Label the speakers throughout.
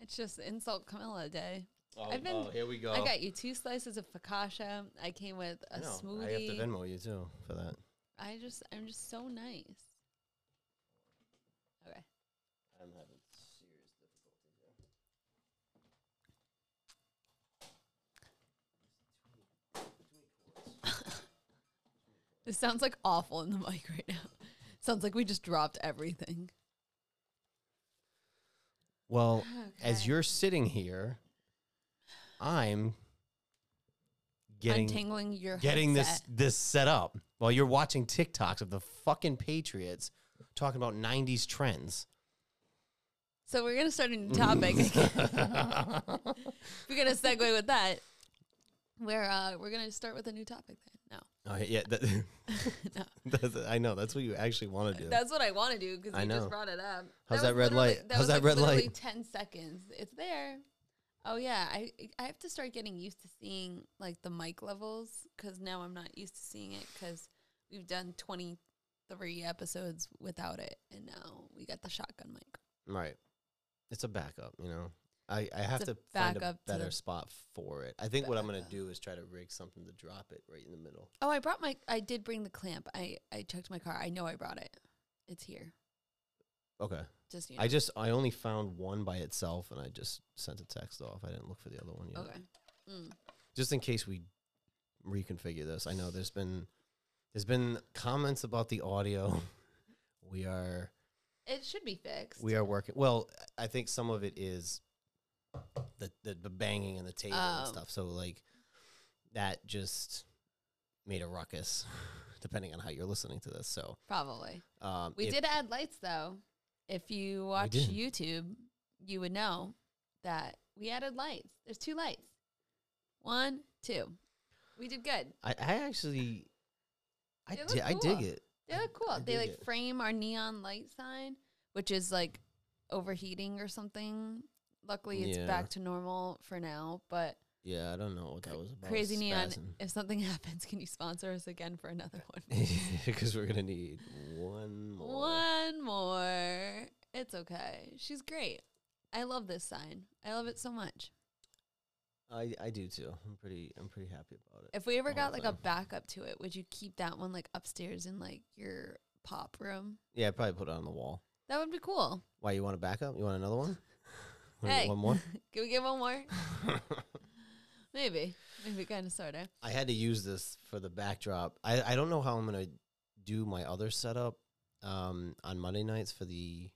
Speaker 1: It's just insult Camilla day.
Speaker 2: Oh,
Speaker 1: I've been-
Speaker 2: oh, here we go.
Speaker 1: I got you two slices of focaccia. I came with a
Speaker 2: No,
Speaker 1: smoothie.
Speaker 2: I have to Venmo you too for that.
Speaker 1: I just, I'm just so nice. Okay.
Speaker 2: I'm having serious difficulty there.
Speaker 1: This sounds like awful in the mic right now. sounds like we just dropped everything.
Speaker 2: Well, as
Speaker 1: Okay.
Speaker 2: you're sitting here, I'm getting
Speaker 1: Untangling your
Speaker 2: getting this
Speaker 1: headset.
Speaker 2: this set up while you're watching TikToks of the fucking Patriots talking about '90s trends.
Speaker 1: So we're gonna start a new topic. we're gonna segue with that. Where uh, we're gonna start with a new topic then. No,
Speaker 2: Oh yeah, that, that's, I know that's what you actually want to do.
Speaker 1: that's what I want to do because
Speaker 2: I
Speaker 1: you
Speaker 2: know.
Speaker 1: just brought it up.
Speaker 2: How's
Speaker 1: was
Speaker 2: that red
Speaker 1: literally-
Speaker 2: light? How's
Speaker 1: was,
Speaker 2: that
Speaker 1: like,
Speaker 2: red
Speaker 1: literally
Speaker 2: light?
Speaker 1: Ten seconds. It's there. Oh yeah, I I have to start getting used to seeing like the mic levels because now I'm not used to seeing it because we've done 23 episodes without it and now we got the shotgun mic.
Speaker 2: Right. It's a backup, you know. I, I have
Speaker 1: It's a
Speaker 2: to find a
Speaker 1: backup to
Speaker 2: better
Speaker 1: the
Speaker 2: spot for it. I think what I'm going to do is try to rig something to drop it right in the middle.
Speaker 1: Oh, I brought my. I did bring the clamp. I I checked my car. I know I brought it. It's here.
Speaker 2: Okay.
Speaker 1: Just you know.
Speaker 2: I just I only found one by itself and I just sent a text off. I didn't look for the other one yet.
Speaker 1: okay. Mm.
Speaker 2: Just in case we reconfigure this. I know there's been there's been comments about the audio. we are
Speaker 1: It should be fixed.
Speaker 2: we are working. Well, I think some of it is the the, the banging and the table and
Speaker 1: Oh.
Speaker 2: stuff. So like that just made a ruckus, depending on how you're listening to this. So
Speaker 1: Probably.
Speaker 2: um,
Speaker 1: We
Speaker 2: if-
Speaker 1: did add lights though. If you watch
Speaker 2: did.
Speaker 1: YouTube, you would know that we added lights. There's two lights. One, two. We did good.
Speaker 2: I, I actually, I
Speaker 1: They look
Speaker 2: di- I dig
Speaker 1: cool.
Speaker 2: it.
Speaker 1: They look cool. they
Speaker 2: dig
Speaker 1: like
Speaker 2: it.
Speaker 1: frame our neon light sign, which is like overheating or something. Luckily, it's
Speaker 2: Yeah.
Speaker 1: back to normal for now, but
Speaker 2: Yeah, I don't know what that was about.
Speaker 1: Crazy Neon,
Speaker 2: spazzing.
Speaker 1: if something happens, can you sponsor us again for another one?
Speaker 2: because we're gonna need one more.
Speaker 1: one more. It's okay. She's great. I love this sign. I love it so much.
Speaker 2: I, I do too. I'm pretty I'm pretty happy about it.
Speaker 1: If we ever
Speaker 2: All
Speaker 1: got
Speaker 2: of
Speaker 1: like a backup to it, would you keep that one like upstairs in like your pop room?
Speaker 2: Yeah, I probably put it on the wall.
Speaker 1: That would be cool.
Speaker 2: Why you want a backup? You want another one? Wanna get
Speaker 1: Hey.
Speaker 2: one more.
Speaker 1: Can we get one more? Maybe. Maybe kind of sort of.
Speaker 2: I had to use this for the backdrop. I, I don't know how I'm gonna do my other setup um, on Monday nights for the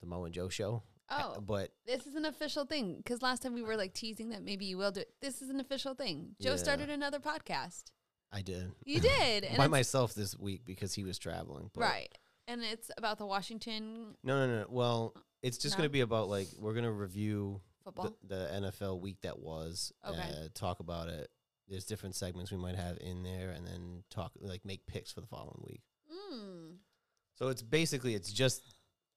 Speaker 2: the Mo and Joe show.
Speaker 1: Oh.
Speaker 2: but
Speaker 1: This is an official thing because last time we were like teasing that maybe you will do it. This is an official thing. Joe
Speaker 2: Yeah.
Speaker 1: started another podcast.
Speaker 2: I did
Speaker 1: You did. And
Speaker 2: by
Speaker 1: it's-
Speaker 2: myself this week because he was traveling. But
Speaker 1: right. And it's about the Washington
Speaker 2: No, no, no. Well, it's just
Speaker 1: No.
Speaker 2: gonna be about like we're gonna review the,
Speaker 1: football.
Speaker 2: the NFL week that was.
Speaker 1: Okay.
Speaker 2: Uh, talk about it. There's different segments we might have in there, and then talk like make picks for the following week.
Speaker 1: Mm.
Speaker 2: So it's basically it's just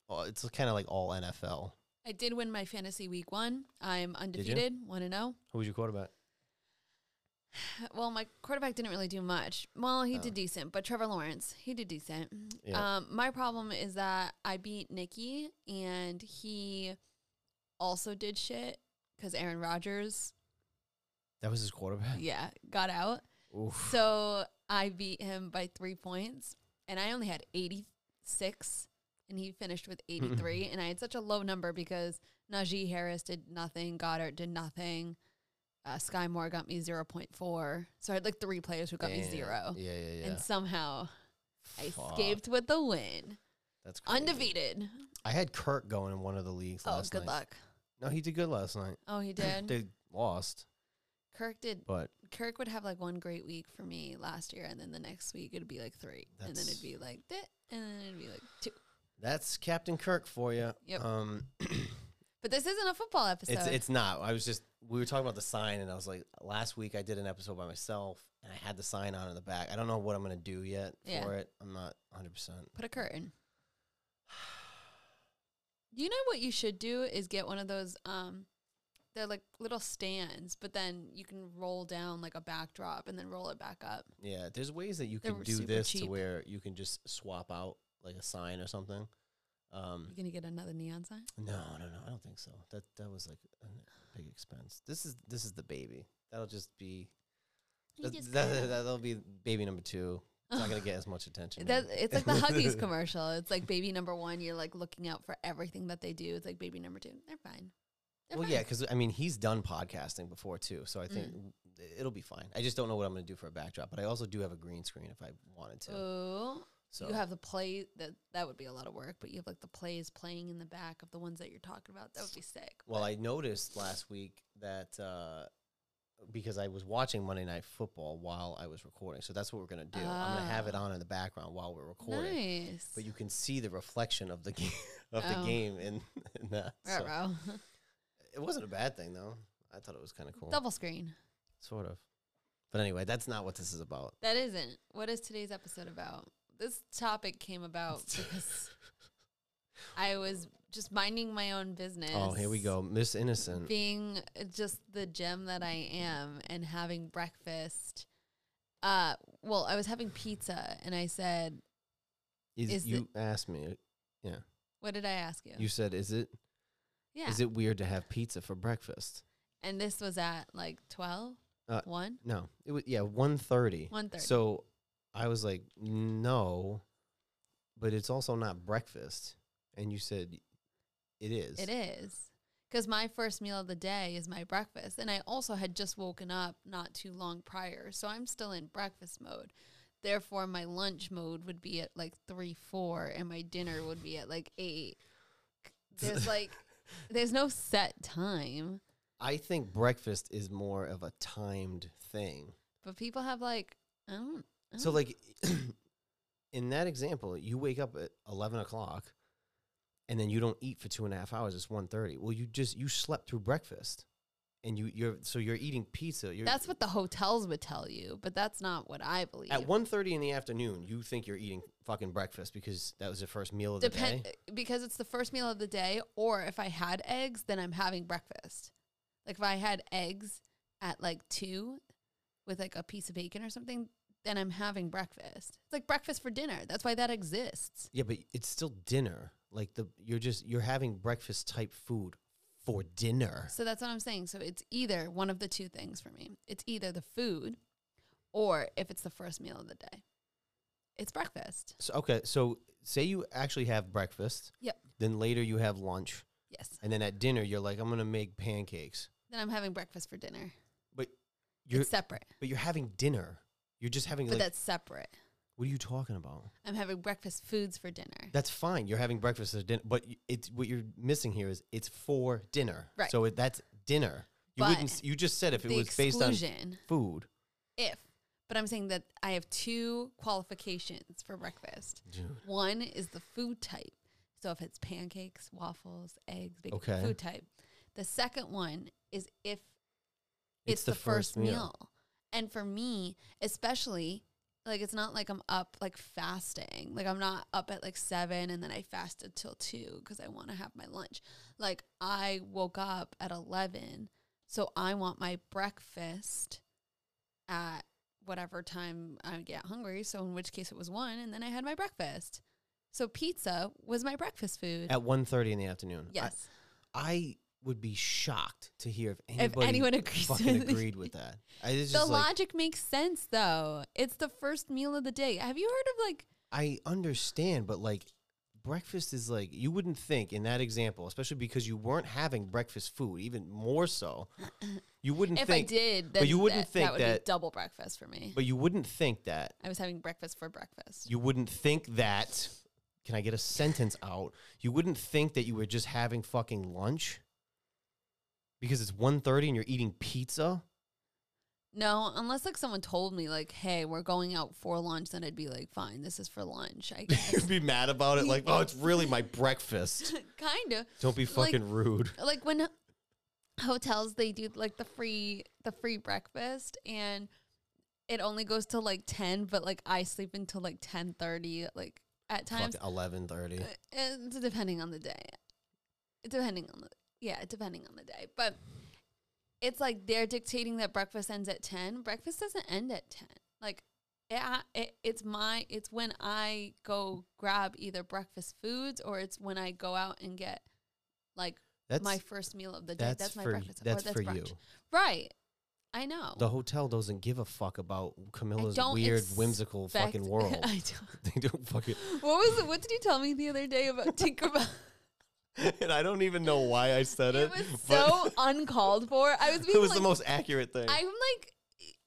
Speaker 2: oh, it's kind of like all NFL.
Speaker 1: I did win my fantasy week one. I'm
Speaker 2: you?
Speaker 1: undefeated, 1 0.
Speaker 2: Who was your quarterback?
Speaker 1: Well, my quarterback didn't really do much. Well, he
Speaker 2: Oh.
Speaker 1: did decent, but Trevor Lawrence, he did decent.
Speaker 2: Yeah.
Speaker 1: Um, my problem is that I beat Nikki, and he also did shit because Aaron Rodgers,
Speaker 2: That was his quarterback.
Speaker 1: yeah, got out.
Speaker 2: Oof.
Speaker 1: So I beat him by three points, and I only had 86, and he finished with 83. and I had such a low number because Najee Harris did nothing, Goddard did nothing. Uh, Sky Moore got me 0.4. So I had like three players who got me
Speaker 2: Damn.
Speaker 1: zero.
Speaker 2: Yeah, yeah, yeah.
Speaker 1: And somehow I
Speaker 2: Fuck.
Speaker 1: escaped with the win.
Speaker 2: That's crazy.
Speaker 1: Undefeated.
Speaker 2: I had Kirk going in one of the leagues
Speaker 1: Oh,
Speaker 2: last
Speaker 1: good
Speaker 2: night.
Speaker 1: luck.
Speaker 2: No, he did good last night.
Speaker 1: Oh, he did.
Speaker 2: They lost,
Speaker 1: Kirk did.
Speaker 2: but
Speaker 1: Kirk would have like one great week for me last year, and then the next week it'd be like three, and then
Speaker 2: That's-
Speaker 1: it'd be like that, and then it'd be like two.
Speaker 2: that's Captain Kirk for you.
Speaker 1: Yep.
Speaker 2: Um,
Speaker 1: But this isn't a football episode.
Speaker 2: it's it's not. I was just we were talking about the sign, and I was like, last week I did an episode by myself, and I had the sign on in the back. I don't know what I'm gonna do yet for
Speaker 1: Yeah.
Speaker 2: it. I'm not 100. percent
Speaker 1: Put a curtain. You know what you should do is get one of those. Um, they're like little stands, but then you can roll down like a backdrop and then roll it back up.
Speaker 2: Yeah, there's ways that you
Speaker 1: They
Speaker 2: can
Speaker 1: were
Speaker 2: do
Speaker 1: super
Speaker 2: this to
Speaker 1: cheap.
Speaker 2: where you can just swap out like a sign or something. Um,
Speaker 1: You gonna get another neon sign?
Speaker 2: no, no, no. I don't think so. That that was like a big expense. This is this is the baby. That'll just be that, that, that'll be baby number two. It's not gonna get as much attention.
Speaker 1: That, it's like the Huggies commercial. It's like baby number one. You're like looking out for everything that they do. It's like baby number two. They're fine. They're
Speaker 2: well,
Speaker 1: fine.
Speaker 2: yeah, because I mean he's done podcasting before too, so I think
Speaker 1: Mm.
Speaker 2: it'll be fine. I just don't know what I'm gonna do for a backdrop, but I also do have a green screen if I wanted to.
Speaker 1: Oh,
Speaker 2: so
Speaker 1: you have the play that that would be a lot of work, but you have like the plays playing in the back of the ones that you're talking about. That would be sick.
Speaker 2: Well, I noticed last week that uh, because I was watching Monday Night Football while I was recording, so that's what we're gonna do. I'm gonna have it
Speaker 1: Ah.
Speaker 2: on in the background while we're recording,
Speaker 1: nice.
Speaker 2: but you can see the reflection of the ga- of
Speaker 1: Oh.
Speaker 2: the game in, in that. so.
Speaker 1: Ruh-roh.
Speaker 2: It wasn't a bad thing though. I thought it was kind of cool,
Speaker 1: double screen.
Speaker 2: sort of. But anyway, that's not what this is about.
Speaker 1: That isn't. What is today's episode about? This topic came about because I was just minding my own business.
Speaker 2: Oh, here we go, Miss Innocent.
Speaker 1: Being just the gem that I am and having breakfast. Uh, well, I was having pizza and I said,
Speaker 2: Is,
Speaker 1: is the-
Speaker 2: you asked me.
Speaker 1: "What did I ask you?"
Speaker 2: You said, "Is it is
Speaker 1: yeah.
Speaker 2: it weird to have pizza for breakfast?"
Speaker 1: and this was at like 12,
Speaker 2: Uh,
Speaker 1: 1.
Speaker 2: No, it was yeah, one thirty.
Speaker 1: 1:30.
Speaker 2: So I was like, no, but it's also not breakfast. And you said it is.
Speaker 1: It is. Because my first meal of the day is my breakfast. And I also had just woken up not too long prior. So I'm still in breakfast mode. Therefore, my lunch mode would be at like 3, 4, and my dinner would be at like 8. There's like, there's no set time,
Speaker 2: I think breakfast is more of a timed thing.
Speaker 1: but people have like, I don't. I
Speaker 2: So
Speaker 1: don't-
Speaker 2: like in that example, you wake up at eleven o'clock and then you don't eat for two and a half hours, it's one thirty. Well you just you slept through breakfast. And you, you're so you're eating pizza. You're,
Speaker 1: that's what the hotels would tell you, but that's not what I believe.
Speaker 2: at 1.30 in the afternoon. You think you're eating fucking breakfast because that was your first meal of the day.
Speaker 1: Depend uh, because it's the first meal of the day, or if I had eggs, then I'm having breakfast. Like if I had eggs at like two with like a piece of bacon or something, then I'm having breakfast. It's like breakfast for dinner. That's why that exists.
Speaker 2: Yeah, but it's still dinner. Like the you're just you're having breakfast type food for dinner.
Speaker 1: So that's what I'm saying. So it's either one of the two things for me. It's either the food or if it's the first meal of the day. It's breakfast.
Speaker 2: So, okay, so say you actually have breakfast.
Speaker 1: Yep.
Speaker 2: Then later you have lunch,
Speaker 1: Yes.
Speaker 2: and then at dinner you're like, I'm gonna make pancakes.
Speaker 1: Then I'm having breakfast for dinner.
Speaker 2: But you're
Speaker 1: it's separate.
Speaker 2: but you're having dinner. You're just having
Speaker 1: But
Speaker 2: like
Speaker 1: that's separate.
Speaker 2: what are you talking about?
Speaker 1: I'm having breakfast foods for dinner.
Speaker 2: That's fine. You're having breakfast or dinner, but y- it's what you're missing here is it's for dinner.
Speaker 1: Right.
Speaker 2: So it, that's dinner. You
Speaker 1: But
Speaker 2: wouldn't. s- You just said if it
Speaker 1: the
Speaker 2: was based on
Speaker 1: exclusion
Speaker 2: food.
Speaker 1: if but i'm saying that i have two qualifications for breakfast
Speaker 2: Dude.
Speaker 1: one is the food type so if it's pancakes waffles eggs bacon
Speaker 2: Okay.
Speaker 1: food type the second one is if
Speaker 2: It's
Speaker 1: it's,
Speaker 2: the
Speaker 1: the,
Speaker 2: first
Speaker 1: first
Speaker 2: meal.
Speaker 1: meal. and for me especially like it's not like i'm up like fasting like i'm not up at like seven and then i fasted till two because i want to have my lunch like i woke up at 11 so i want my breakfast at whatever time I get hungry. So in which case it was one, and then I had my breakfast. So pizza was my breakfast food.
Speaker 2: At 1.30 in the afternoon. I-
Speaker 1: yes,
Speaker 2: I would be shocked to hear if
Speaker 1: if
Speaker 2: anybody
Speaker 1: anyone agrees
Speaker 2: fucking
Speaker 1: with me.
Speaker 2: agreed with that. I it's
Speaker 1: The
Speaker 2: just like,
Speaker 1: logic makes sense though. It's the first meal of the day. Have you heard of like
Speaker 2: I understand, but like breakfast is like you wouldn't think in that example, especially because you weren't having breakfast food, even more so. You wouldn't
Speaker 1: if I
Speaker 2: think
Speaker 1: did, then
Speaker 2: you wouldn't
Speaker 1: that,
Speaker 2: think
Speaker 1: that would
Speaker 2: that-
Speaker 1: be double breakfast for me.
Speaker 2: but you wouldn't think that.
Speaker 1: I was having breakfast for breakfast.
Speaker 2: You wouldn't think that can I get a sentence out? You wouldn't think that you were just having fucking lunch because it's 1.30 and you're eating pizza?
Speaker 1: No, unless like someone told me like, "Hey, we're going out for lunch," then I'd be like, "Fine, this is for lunch." I guess.
Speaker 2: You'd be mad about it like, "Oh, it's really my breakfast."
Speaker 1: kind of.
Speaker 2: Don't be
Speaker 1: Like-
Speaker 2: fucking rude.
Speaker 1: like when hotels they do like the free the free breakfast and it only goes till like 10 but like i sleep until like ten thirty. like at times
Speaker 2: eleven thirty.
Speaker 1: uh, it's depending on the day depending on the yeah depending on the day but it's like they're dictating that breakfast ends at 10 breakfast doesn't end at 10 like it, ha- it, it's my it's when I go grab either breakfast foods or it's when I go out and get like
Speaker 2: That's
Speaker 1: my first meal of the day.
Speaker 2: that's,
Speaker 1: That's, my
Speaker 2: for
Speaker 1: breakfast.
Speaker 2: that's,
Speaker 1: or
Speaker 2: for
Speaker 1: brunch.
Speaker 2: you.
Speaker 1: right? I know.
Speaker 2: The hotel doesn't give a fuck about Camilla's
Speaker 1: don't
Speaker 2: weird, whimsical
Speaker 1: Fact-
Speaker 2: fucking world.
Speaker 1: I don't-
Speaker 2: they don't fucking.
Speaker 1: what was it? What did you tell me the other day about Tinkerbell?
Speaker 2: and I don't even know why I said
Speaker 1: it
Speaker 2: it.
Speaker 1: was
Speaker 2: but
Speaker 1: so uncalled for. I was being
Speaker 2: it was
Speaker 1: like,
Speaker 2: the most accurate thing.
Speaker 1: I'm like,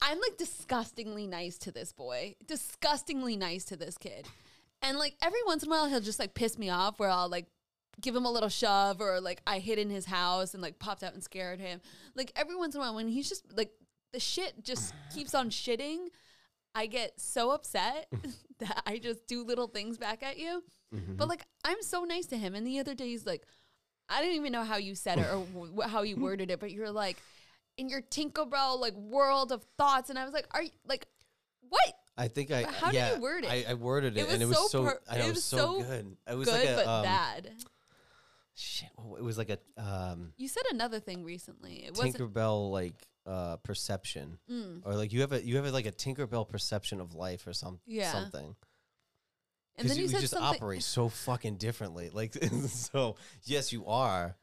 Speaker 1: I'm like disgustingly nice to this boy, disgustingly nice to this kid, and like every once in a while he'll just like piss me off where I'll like give him a little shove or like I hid in his house and like popped out and scared him. Like every once in a while when he's just like the shit just keeps on shitting, I get so upset that I just do little things back at you. But like I'm so nice to him, and the other day he's like, I didn't even know how you said it or w- how you worded it, but you're like in your Tinkerbell like world of thoughts, and I was like, are you like what?
Speaker 2: I think I.
Speaker 1: But how did
Speaker 2: yeah,
Speaker 1: you word it?
Speaker 2: I, I worded it,
Speaker 1: It was
Speaker 2: and it was
Speaker 1: so
Speaker 2: so.
Speaker 1: per-
Speaker 2: I know, it was so good. It was
Speaker 1: Good
Speaker 2: like a
Speaker 1: but
Speaker 2: um,
Speaker 1: bad.
Speaker 2: shit. what- It was like a um,
Speaker 1: You said another thing recently. It wasn't.
Speaker 2: Tinkerbell like uh, perception,
Speaker 1: Mm.
Speaker 2: or like you have a you have a, like a Tinkerbell perception of life or some
Speaker 1: Yeah.
Speaker 2: something.
Speaker 1: And
Speaker 2: Because
Speaker 1: then
Speaker 2: you,
Speaker 1: you,
Speaker 2: you
Speaker 1: said
Speaker 2: just
Speaker 1: something.
Speaker 2: operate so fucking differently. Like so, yes, you are,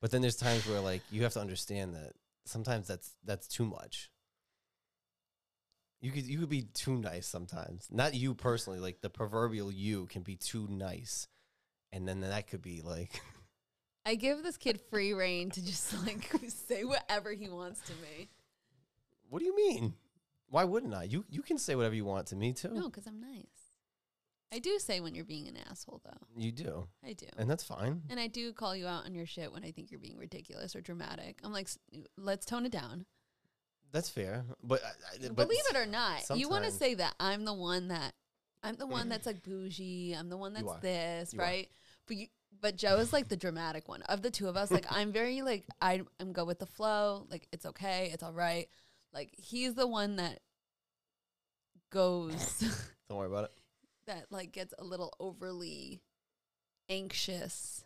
Speaker 2: but then there's times where like you have to understand that sometimes that's that's too much. You could you could be too nice sometimes. Not you personally, like the proverbial you can be too nice, and then that could be like
Speaker 1: I give this kid free reign to just like say whatever he wants to me.
Speaker 2: What do you mean? Why wouldn't I? You you can say whatever you want to me too.
Speaker 1: No, because I'm nice. I do say when you're being an asshole, though.
Speaker 2: You do,
Speaker 1: I do.
Speaker 2: and that's fine.
Speaker 1: And I do call you out on your shit when I think you're being ridiculous or dramatic. I'm like, "S- let's tone it down.
Speaker 2: That's fair. But, I- I- but
Speaker 1: Believe it or not, you want to
Speaker 2: sometimes-
Speaker 1: say that I'm the one that I'm the one that's like bougie. I'm the one
Speaker 2: You
Speaker 1: that's
Speaker 2: are.
Speaker 1: this,
Speaker 2: You are.
Speaker 1: right? But you, but Joe is like the dramatic one of the two of us. Like I'm very like I I'm go with the flow. Like it's okay, it's all right. Like he's the one that goes.
Speaker 2: don't worry about it.
Speaker 1: that like gets a little overly anxious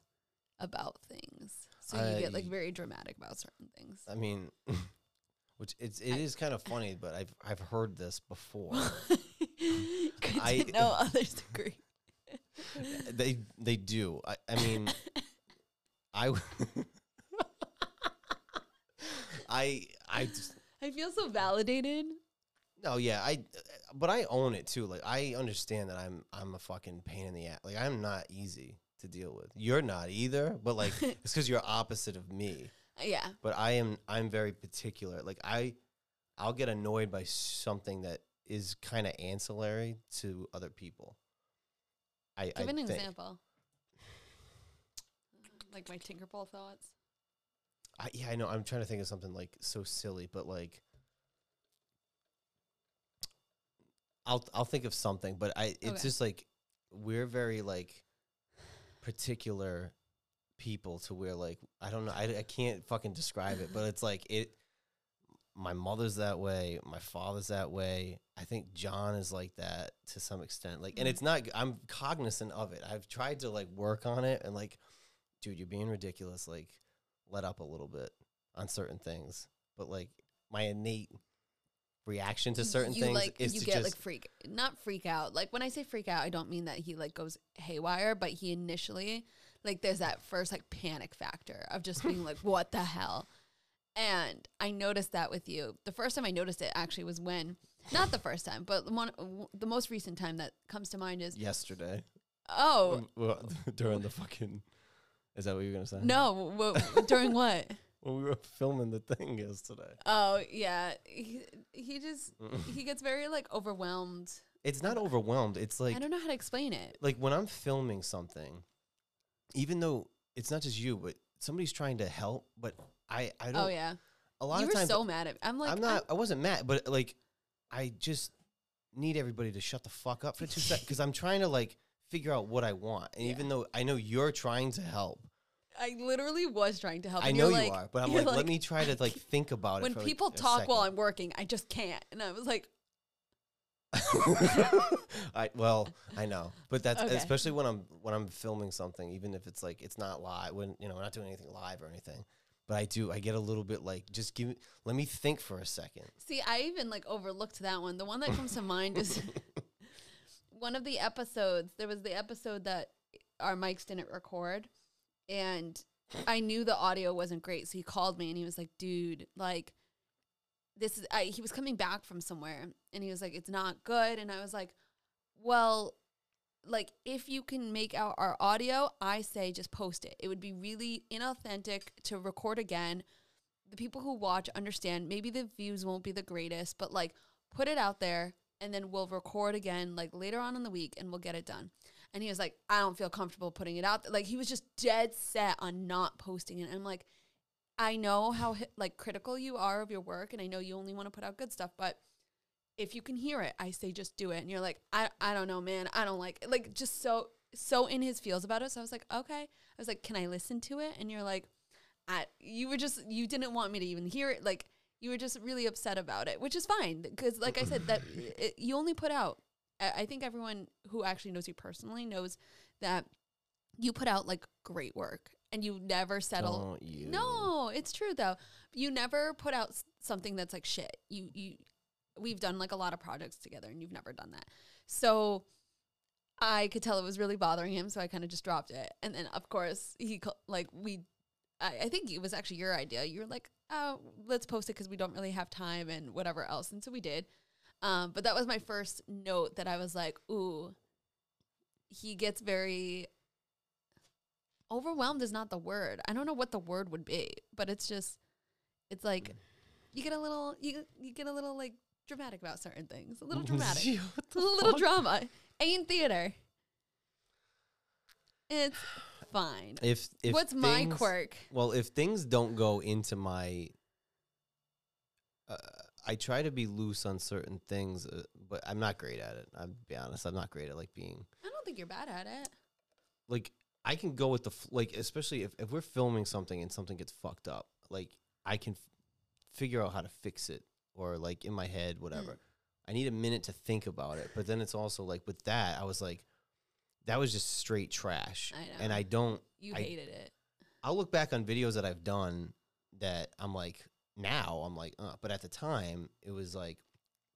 Speaker 1: about things. So you get like
Speaker 2: I-
Speaker 1: very dramatic about certain things.
Speaker 2: I mean, which it's it is
Speaker 1: I-
Speaker 2: kind of funny, but I've I've heard this before.
Speaker 1: Good
Speaker 2: I-
Speaker 1: to know others agree.
Speaker 2: they they do. I, I mean, I w- I I just
Speaker 1: I feel so validated.
Speaker 2: no yeah I but I own it too. Like I understand that I'm I'm a fucking pain in the ass. Like I'm not easy to deal with. You're not either. But like it's because you're opposite of me.
Speaker 1: Uh, Yeah.
Speaker 2: but I am I'm very particular. Like I I'll get annoyed by something that is kind of ancillary to other people. I
Speaker 1: Give
Speaker 2: I
Speaker 1: an
Speaker 2: think.
Speaker 1: example. Like my Tinkerbell thoughts.
Speaker 2: I, yeah, I know. I'm trying to think of something like so silly, but like I'll I'll think of something, but I it's
Speaker 1: Okay.
Speaker 2: just like we're very like particular people to where like I don't know I, I can't fucking describe it, but it's like it. My mother's that way. My father's that way. I think John is like that to some extent. Like, and
Speaker 1: Mhm.
Speaker 2: it's not. I'm cognizant of it. I've tried to like work on it, and like, dude, you're being ridiculous. Like, let up a little bit on certain things, but like my innate reaction to certain
Speaker 1: you
Speaker 2: things
Speaker 1: like
Speaker 2: is
Speaker 1: you
Speaker 2: to
Speaker 1: get
Speaker 2: just
Speaker 1: like freak not freak out like when i say freak out i don't mean that he like goes haywire but he initially like there's that first like panic factor of just being like what the hell and i noticed that with you the first time i noticed it actually was when not the first time but the one w- the most recent time that comes to mind is
Speaker 2: yesterday
Speaker 1: oh
Speaker 2: Um, well, during the fucking. Is that what you were gonna say?
Speaker 1: no w- during what
Speaker 2: When we were filming the thing yesterday,
Speaker 1: oh yeah he, he just he gets very like overwhelmed
Speaker 2: it's not overwhelmed. It's like
Speaker 1: i don't know how to explain it
Speaker 2: like when I'm filming something, even though it's not just you, but somebody's trying to help. But I, I don't.
Speaker 1: oh yeah
Speaker 2: A lot
Speaker 1: you
Speaker 2: of
Speaker 1: were
Speaker 2: times,
Speaker 1: so mad at me. I'm like,
Speaker 2: I'm not. I wasn't mad, but like, I just need everybody to shut the fuck up for two seconds because I'm trying to like figure out what I want, and
Speaker 1: Yeah.
Speaker 2: even though I know you're trying to help,
Speaker 1: I literally was trying to help.
Speaker 2: I
Speaker 1: and
Speaker 2: know
Speaker 1: Oh, you're
Speaker 2: you
Speaker 1: like-
Speaker 2: are, but I'm
Speaker 1: you're
Speaker 2: like, let me try to like think about
Speaker 1: When
Speaker 2: it. for, like,
Speaker 1: people
Speaker 2: a
Speaker 1: talk while
Speaker 2: second.
Speaker 1: I'm working, I just can't. And I was like,
Speaker 2: I well, I know, but that's
Speaker 1: Okay.
Speaker 2: especially when I'm when I'm filming something, even if it's like it's not live. When you know, we're not doing anything live or anything, But I do. I get a little bit like just give. me Let me think for a second.
Speaker 1: See, I even like overlooked that one. The one that comes to mind is one of the episodes. There was the episode that our mics didn't record, and I knew the audio wasn't great. So he called me and he was like, "Dude, like." This is I, he was coming back from somewhere and he was like it's not good and I was like well like if you can make out our audio I say just post it it would be really inauthentic to record again the people who watch understand maybe the views won't be the greatest, but like put it out there and then we'll record again like later on in the week and we'll get it done. And he was like, I don't feel comfortable putting it out. th-" Like he was just dead set on not posting it. And I'm like, I know how hi- like critical you are of your work and I know you only want to put out good stuff, but if you can hear it, I say just do it. And you're like, I, I don't know, man. I don't like it." like just so so in his feels about it. So I was like, okay. I was like, can I listen to it? And you're like, I you were just you didn't want me to even hear it. Like you were just really upset about it, which is fine because like I said that it, you only put out. I, I think everyone who actually knows you personally knows that you put out like great work and you never settle.
Speaker 2: Don't you?
Speaker 1: No, it's true though. You never put out s- something that's like shit. You you we've done like a lot of projects together and you've never done that. So I could tell it was really bothering him, so I kind of just dropped it. And then of course, he ca- like we I, I think it was actually your idea. You were like, "Oh, let's post it cuz we don't really have time and whatever else." And so we did. Um, but that was my first note that I was like, "Ooh, he gets very overwhelmed is not the word. I don't know what the word would be, but it's just it's
Speaker 2: Mm.
Speaker 1: like you get a little you you get a little like dramatic about certain things. A little dramatic.
Speaker 2: What
Speaker 1: a
Speaker 2: the
Speaker 1: little
Speaker 2: fuck?
Speaker 1: drama. Ain't theater. It's fine.
Speaker 2: If, if
Speaker 1: What's my
Speaker 2: things-
Speaker 1: quirk?
Speaker 2: Well, if things don't go into my, uh, I try to be loose on certain things, uh, but I'm not great at it. I'll be honest. I'm not great at like being
Speaker 1: I don't think you're bad at it.
Speaker 2: like I can go with the f- like, especially if if we're filming something and something gets fucked up, like I can f- figure out how to fix it or like in my head,
Speaker 1: Mm.
Speaker 2: whatever. I need a minute to think about it, but then it's also like with that, I was like, that was just straight trash,
Speaker 1: I
Speaker 2: and
Speaker 1: know.
Speaker 2: I don't.
Speaker 1: You
Speaker 2: I-
Speaker 1: hated it.
Speaker 2: I'll look back on videos that I've done that I'm like now I'm like, uh, but at the time it was like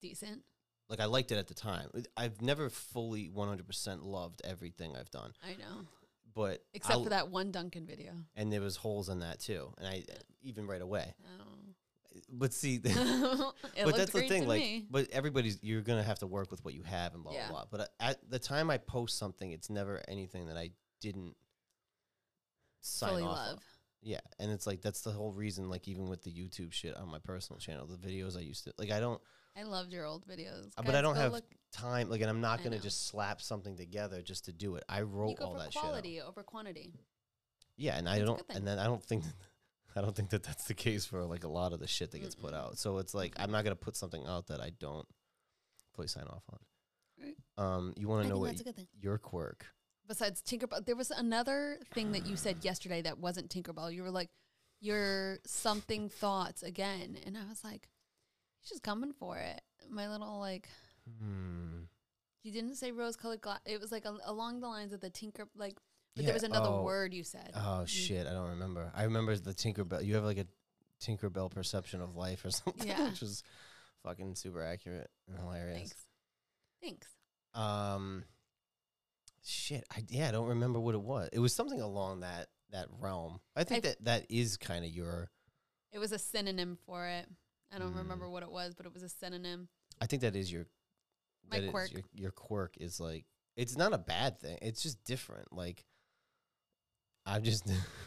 Speaker 1: Decent.
Speaker 2: like I liked it at the time. I've never fully 100% loved everything I've done,
Speaker 1: I know.
Speaker 2: but
Speaker 1: Except
Speaker 2: I'll-
Speaker 1: for that one Duncan video.
Speaker 2: and there was holes in that too, and I even right away.
Speaker 1: Oh.
Speaker 2: But see,
Speaker 1: it
Speaker 2: but
Speaker 1: looked
Speaker 2: that's the
Speaker 1: great
Speaker 2: thing,
Speaker 1: to
Speaker 2: like,
Speaker 1: me.
Speaker 2: but everybody's you're gonna have to work with what you have and blah
Speaker 1: Yeah.
Speaker 2: blah blah. But uh, at the time I post something, it's never anything that I didn't sign
Speaker 1: Fully
Speaker 2: off on.
Speaker 1: love.
Speaker 2: Yeah, and it's like that's the whole reason. Like even with the YouTube shit on my personal channel, the videos I used to like, I don't,
Speaker 1: I loved your old videos.
Speaker 2: uh, but
Speaker 1: Guys,
Speaker 2: I don't
Speaker 1: go
Speaker 2: have
Speaker 1: look-
Speaker 2: time. Like, and I'm not
Speaker 1: I
Speaker 2: gonna
Speaker 1: know.
Speaker 2: just slap something together just to do it. I
Speaker 1: you
Speaker 2: wrote
Speaker 1: go
Speaker 2: all
Speaker 1: for
Speaker 2: that shit. out.
Speaker 1: quality over quantity.
Speaker 2: Yeah, and I
Speaker 1: That's a
Speaker 2: don't,
Speaker 1: good thing.
Speaker 2: and then I don't think, I don't think that that's the case for like a lot of the shit that gets put
Speaker 1: Mm-mm.
Speaker 2: out. So it's like I'm not gonna put something out that I don't fully sign off on.
Speaker 1: Right.
Speaker 2: Um, you want
Speaker 1: I
Speaker 2: to know
Speaker 1: think
Speaker 2: what
Speaker 1: that's a good thing.
Speaker 2: y- your quirk?
Speaker 1: besides Tinkerbell, there was another thing that you said yesterday that wasn't Tinkerbell. You were like, your something thoughts again. And I was like, she's coming for it. My little, like,
Speaker 2: Hmm.
Speaker 1: you didn't say rose colored glass. It was like a, along the lines of the Tinker, like, but
Speaker 2: Yeah,
Speaker 1: there was another
Speaker 2: oh,
Speaker 1: word you said.
Speaker 2: Oh shit, I don't remember. I remember the Tinkerbell. You have like a Tinkerbell perception of life or something,
Speaker 1: Yeah.
Speaker 2: which was fucking super accurate and hilarious.
Speaker 1: Thanks. Thanks.
Speaker 2: Um, shit, I yeah, I don't remember what it was. It was something along that that realm. I think
Speaker 1: I-
Speaker 2: that that is kind of your.
Speaker 1: It was a synonym for it. I don't
Speaker 2: Mm.
Speaker 1: remember what it was, but it was a synonym.
Speaker 2: I think that is your.
Speaker 1: My
Speaker 2: that is
Speaker 1: quirk.
Speaker 2: your, your quirk is like it's not a bad thing. It's just different. Like I'm just.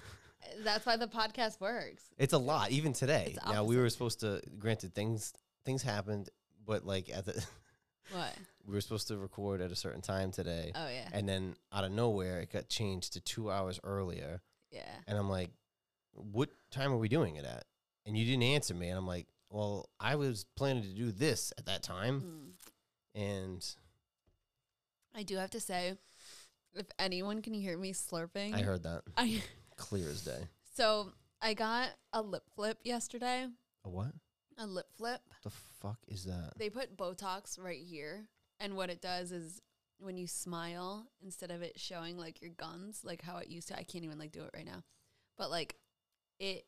Speaker 1: That's why the podcast works.
Speaker 2: It's a lot, even today.
Speaker 1: It's
Speaker 2: Now we were
Speaker 1: opposite.
Speaker 2: supposed to, granted, things things happened, but like at the,
Speaker 1: What?
Speaker 2: we were supposed to record at a certain time today,
Speaker 1: Oh, yeah.
Speaker 2: and then out of nowhere it got changed to two hours earlier,
Speaker 1: Yeah.
Speaker 2: and I'm like, what time are we doing it at? And you didn't answer me, and I'm like, well, I was planning to do this at that time,
Speaker 1: Mm.
Speaker 2: and
Speaker 1: I do have to say, if anyone can hear me slurping,
Speaker 2: I heard that
Speaker 1: I
Speaker 2: clear as day.
Speaker 1: so I got a lip flip yesterday.
Speaker 2: A what?
Speaker 1: A lip flip.
Speaker 2: The fuck is that?
Speaker 1: They put Botox right here, and what it does is when you smile, instead of it showing like your guns, like how it used to, I can't even like do it right now, but like it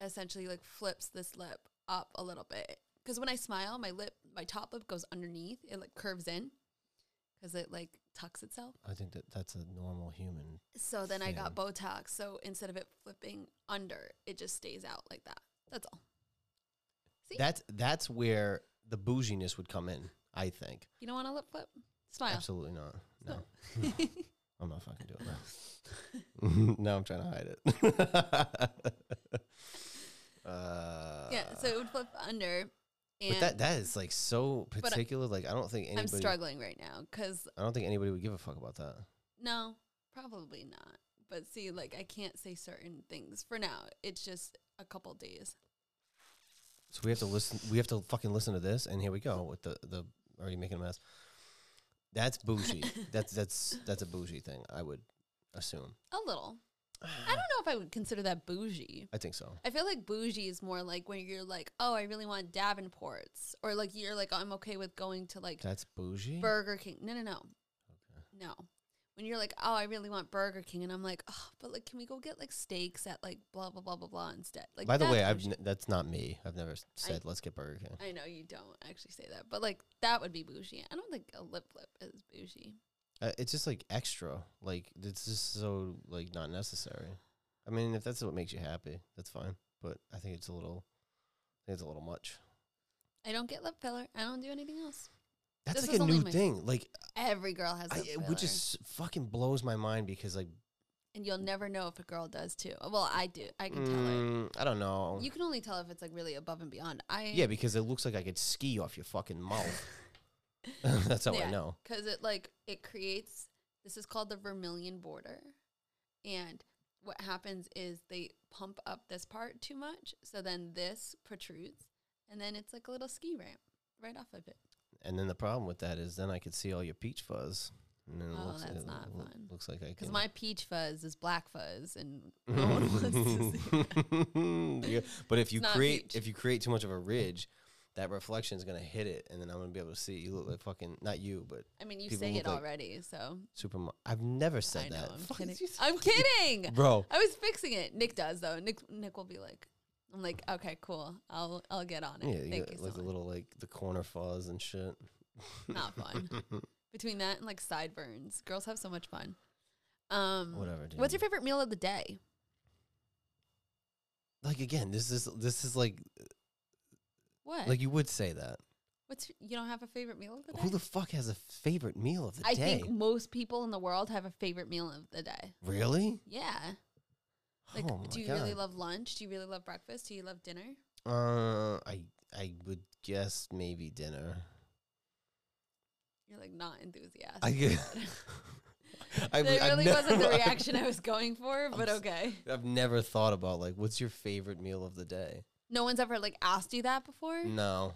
Speaker 1: essentially like flips this lip up a little bit. Because when I smile, my lip, my top lip goes underneath. It like curves in because it like tucks itself.
Speaker 2: I think that that's a normal human.
Speaker 1: So then I got Botox. So instead of it flipping under, it just stays out like that. That's all. See?
Speaker 2: That's that's where the bouginess would come in. I think.
Speaker 1: You don't want a lip flip? Smile.
Speaker 2: Absolutely not. No, I'm not fucking doing that. no, I'm trying to hide it. uh,
Speaker 1: yeah. So it would flip under. And
Speaker 2: but that that is like so
Speaker 1: I-
Speaker 2: particular. like I don't think
Speaker 1: I'm
Speaker 2: anybody.
Speaker 1: struggling right now because
Speaker 2: I don't think anybody would give a fuck about that.
Speaker 1: No, probably not. But see, like I can't say certain things for now. It's just a couple days.
Speaker 2: So we have to listen. We have to fucking listen to this, and here we go with the the already making a mess. That's bougie. that's that's that's a bougie thing. I would assume.
Speaker 1: A little. I don't know if I would consider that bougie.
Speaker 2: I think so.
Speaker 1: I feel like bougie is more like when you're like, oh, I really want Davenport's, or like you're like, I'm okay with going to like
Speaker 2: That's bougie.
Speaker 1: Burger King. No, no, no, no. When you're like, oh, I really want Burger King, and I'm like, oh, but like, can we go get like steaks at like blah blah blah blah blah instead? Like,
Speaker 2: By the
Speaker 1: that's
Speaker 2: way, I've
Speaker 1: bougie.
Speaker 2: n- that's not me. I've never s- said let's get Burger King.
Speaker 1: I know you don't actually say that, but like that would be bougie. I don't think a lip flip is bougie.
Speaker 2: Uh, it's just like extra. Like it's just so like not necessary. I mean, if that's what makes you happy, that's fine. But I think it's a little, I think it's a little much.
Speaker 1: I don't get lip filler. I don't do anything else.
Speaker 2: That's
Speaker 1: This
Speaker 2: like
Speaker 1: is
Speaker 2: a
Speaker 1: only
Speaker 2: new
Speaker 1: my-
Speaker 2: thing. Like,
Speaker 1: Every girl has
Speaker 2: I, eh,
Speaker 1: lip
Speaker 2: it-
Speaker 1: filler,
Speaker 2: which is fucking blows my mind because like
Speaker 1: and you'll never know if a girl does too. Uh, Well, I do. I can tell it.
Speaker 2: Mm, I don't know.
Speaker 1: You can only tell if it's like really above and beyond. I
Speaker 2: yeah, because it looks like I could ski off your fucking mouth. That's how I
Speaker 1: Yeah.
Speaker 2: know.
Speaker 1: because it like it creates. This is called the vermilion border, and what happens is they pump up this part too much, so then this protrudes, and then it's like a little ski ramp right off of it.
Speaker 2: And then the problem with that is then I could see all your peach fuzz. And then it
Speaker 1: Oh,
Speaker 2: looks,
Speaker 1: that's
Speaker 2: it
Speaker 1: not
Speaker 2: loo-
Speaker 1: fun.
Speaker 2: Looks like I
Speaker 1: Because
Speaker 2: can.
Speaker 1: my peach fuzz is black fuzz, and no one wants to see.
Speaker 2: Yeah, But if you
Speaker 1: not
Speaker 2: create
Speaker 1: peach.
Speaker 2: if you create too much of a ridge, that reflection is gonna hit it, and then I'm gonna be able to see you look like fucking not you, but
Speaker 1: I mean, you
Speaker 2: People
Speaker 1: say
Speaker 2: look
Speaker 1: it
Speaker 2: like-
Speaker 1: already, so
Speaker 2: super. I've never
Speaker 1: I
Speaker 2: said
Speaker 1: know.
Speaker 2: that,
Speaker 1: I'm
Speaker 2: Fuck,
Speaker 1: kidding.
Speaker 2: you s-
Speaker 1: I'm kidding.
Speaker 2: bro.
Speaker 1: I was fixing it. Nick does though. Nick Nick will be like, I'm like, okay, cool. I'll I'll get on it.
Speaker 2: Yeah, you
Speaker 1: Thank
Speaker 2: got
Speaker 1: you so
Speaker 2: like
Speaker 1: much.
Speaker 2: the little like the corner fuzz and shit.
Speaker 1: Not fun. Between that and like sideburns, girls have so much fun. Um,
Speaker 2: Whatever, dude.
Speaker 1: What's your favorite meal of the day?
Speaker 2: Like again, this is this is like
Speaker 1: What?
Speaker 2: like you would say that.
Speaker 1: What's y- you don't have a favorite meal of the day?
Speaker 2: Who the fuck has a favorite meal of the
Speaker 1: I
Speaker 2: day?
Speaker 1: think most people in the world have a favorite meal of the day.
Speaker 2: really?
Speaker 1: Yeah. Like,
Speaker 2: oh my
Speaker 1: do you
Speaker 2: god.
Speaker 1: really love lunch? Do you really love breakfast? Do you love dinner?
Speaker 2: uh, I I would guess maybe dinner.
Speaker 1: You're like not enthusiastic.
Speaker 2: I gu- I,
Speaker 1: That
Speaker 2: I've
Speaker 1: really
Speaker 2: never-
Speaker 1: wasn't the reaction I was going for, but
Speaker 2: s-
Speaker 1: okay.
Speaker 2: I've never thought about like what's your favorite meal of the day.
Speaker 1: No one's ever like asked you that before.
Speaker 2: No,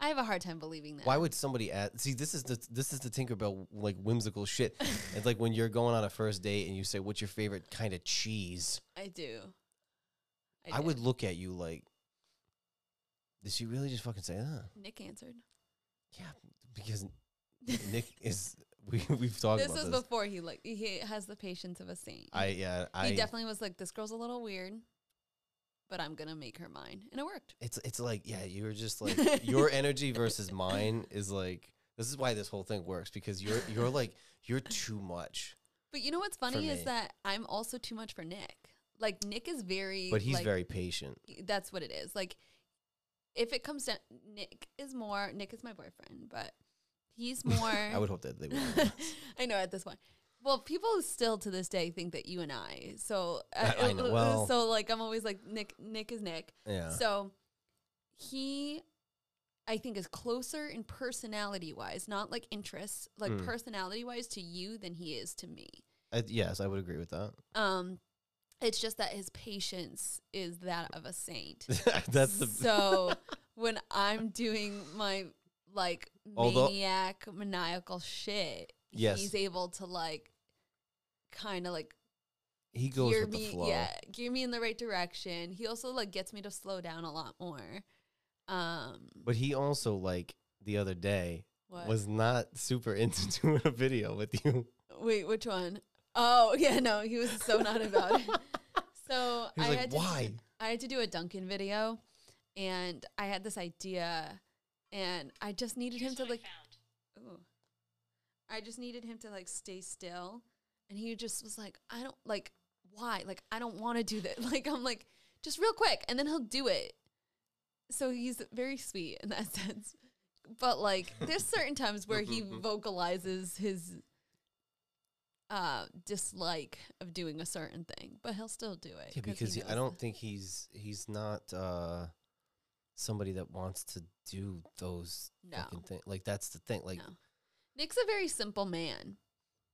Speaker 1: I have a hard time believing that.
Speaker 2: Mm. why would somebody ask? See, this is the this is the Tinkerbell like whimsical shit. it's like when you're going on a first date and you say, "What's your favorite kind of cheese?"
Speaker 1: I do?
Speaker 2: I,
Speaker 1: do.
Speaker 2: would look at you like, "Did she really just fucking say that?"
Speaker 1: Nick answered.
Speaker 2: Yeah, because Nick is we we've talked
Speaker 1: this
Speaker 2: about
Speaker 1: was
Speaker 2: this.
Speaker 1: before he like he has the patience of a saint.
Speaker 2: I yeah I
Speaker 1: he definitely was like, "This girl's a little weird, but I'm gonna make her mine," and it worked.
Speaker 2: it's it's like yeah you were just like your energy versus mine is like this is why this whole thing works because you're you're like you're too much
Speaker 1: But you know what's funny
Speaker 2: me.
Speaker 1: is that I'm also too much for Nick. Like Nick is very,
Speaker 2: but he's
Speaker 1: like,
Speaker 2: very patient
Speaker 1: that's what it is. Like, if it comes down, Nick is more. Nick is my boyfriend, but he's more.
Speaker 2: I would hope that they would
Speaker 1: I know at this point. Well, people still to this day think that you and I. So uh,
Speaker 2: I know. Well-
Speaker 1: so like I'm always like Nick. Nick is Nick.
Speaker 2: yeah
Speaker 1: So he, I think, is closer in personality wise, not like interests, like
Speaker 2: Mm.
Speaker 1: personality wise to you than he is to me.
Speaker 2: I, yes I would agree with that
Speaker 1: Um, it's just that his patience is that of a saint.
Speaker 2: that's the
Speaker 1: so when I'm doing my like
Speaker 2: Although-
Speaker 1: maniac maniacal shit,
Speaker 2: Yes.
Speaker 1: he's able to like kind of like
Speaker 2: he goes
Speaker 1: gear
Speaker 2: with the
Speaker 1: me,
Speaker 2: flow
Speaker 1: yeah, gear me in the right direction. He also like gets me to slow down a lot more. Um,
Speaker 2: but he also like the other day
Speaker 1: what?
Speaker 2: was not super into doing a video with you
Speaker 1: wait, which one? Oh yeah, no, he was so not about it. So
Speaker 2: he was
Speaker 1: I
Speaker 2: like
Speaker 1: had to
Speaker 2: why
Speaker 1: I had to do a Duncan video, and I had this idea, and I just needed
Speaker 3: Here's
Speaker 1: him to
Speaker 3: what I
Speaker 1: like.
Speaker 3: found.
Speaker 1: Ooh. I just needed him to like stay still. And he just was like, I don't like why? Like I don't want to do that. Like I'm like, just real quick, and then he'll do it. So he's very sweet in that sense. But like there's certain times where he vocalizes his uh dislike of doing a certain thing, but he'll still do it.
Speaker 2: Yeah, because
Speaker 1: he
Speaker 2: he- I
Speaker 1: knows
Speaker 2: don't think he's he's not uh, somebody that wants to do those
Speaker 1: No.
Speaker 2: fucking things. Like that's the thing. Like
Speaker 1: No. Nick's a very simple man.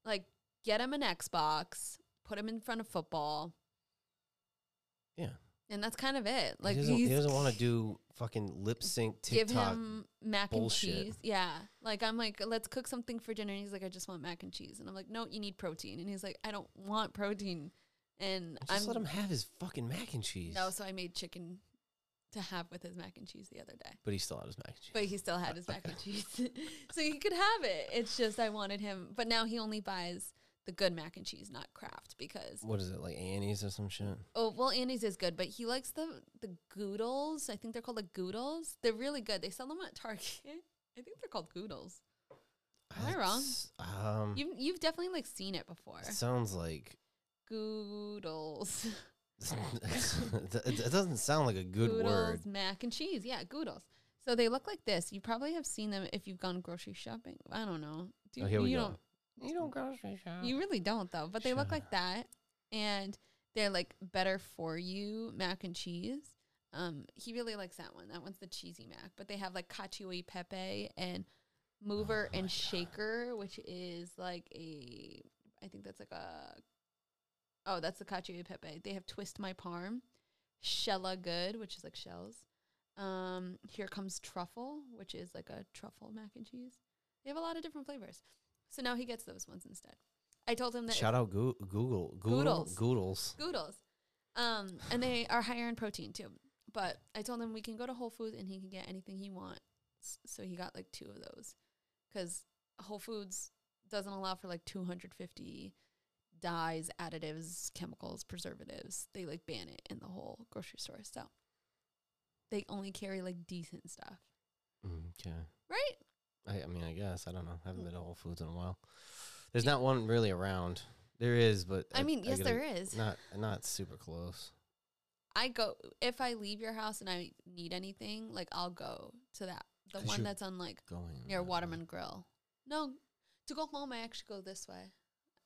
Speaker 1: Like, get him an Xbox, put him in front of football,
Speaker 2: yeah,
Speaker 1: and that's kind of it. Like,
Speaker 2: he doesn't, he
Speaker 1: he's-
Speaker 2: doesn't want to do fucking lip sync
Speaker 1: give
Speaker 2: TikTok.
Speaker 1: him mac
Speaker 2: bullshit.
Speaker 1: and cheese. Yeah, like I'm like, let's cook something for dinner, and he's like, I just want mac and cheese, and I'm like, no, you need protein, and he's like, I don't want protein, and
Speaker 2: Just
Speaker 1: I'm
Speaker 2: let him have his fucking mac and cheese.
Speaker 1: no, so I made chicken to have with his mac and cheese the other day.
Speaker 2: but he still had his mac and cheese.
Speaker 1: But he still had his mac and cheese. so he could have it. It's just I wanted him. But now he only buys the good mac and cheese, not Kraft, because
Speaker 2: what is it like Annie's or some shit?
Speaker 1: oh well Andy's is good, but he likes the the goodles. I think they're called the goodles. They're really good. They sell them at Target. I think they're called goodles. Am I wrong?
Speaker 2: That's- Um,
Speaker 1: You've you've definitely like seen it before.
Speaker 2: sounds like
Speaker 1: Goodles.
Speaker 2: it it doesn't sound like a good
Speaker 1: goodles,
Speaker 2: word.
Speaker 1: mac and cheese. Yeah, goodles. So they look like this. You probably have seen them if you've gone grocery shopping. I don't know. Do
Speaker 2: Oh, here we
Speaker 1: you
Speaker 2: go.
Speaker 1: don't
Speaker 2: You don't grocery shop.
Speaker 1: You really don't though, but they look
Speaker 2: Shut
Speaker 1: like that, and they're like better for you mac and cheese. Um, he really likes that one. That one's the cheesy mac, but they have like cacio e pepe and mover
Speaker 2: my
Speaker 1: and
Speaker 2: God.
Speaker 1: shaker, which is like a I think that's like a oh that's the cacio e pepe. They have twist my parm, shella good, which is like shells. Um, here comes truffle, which is like a truffle mac and cheese. They have a lot of different flavors. So now he gets those ones instead. I told him that
Speaker 2: Shout out Goo- Google. Google.
Speaker 1: Goodles.
Speaker 2: Goodles.
Speaker 1: Goodles. Um, and they are higher in protein too. But I told him we can go to Whole Foods and he can get anything he wants. So he got like two of those because Whole Foods doesn't allow for like 250 dyes, additives, chemicals, preservatives. They like ban it in the whole grocery store. So they only carry like decent stuff,
Speaker 2: Mm, Okay.
Speaker 1: right?
Speaker 2: I, I mean, I guess I don't know. I haven't been to Whole Foods in a while. There's not one really around. There is, but
Speaker 1: I, mean, yes,
Speaker 2: gotta-
Speaker 1: there is.
Speaker 2: Not not super close.
Speaker 1: I go if I leave your house and I need anything, like I'll go to that the
Speaker 2: 'Cause Mm,
Speaker 1: one
Speaker 2: you-
Speaker 1: that's on like
Speaker 2: Going
Speaker 1: near
Speaker 2: that way.
Speaker 1: Waterman Grill. No, to go home, I actually go this way.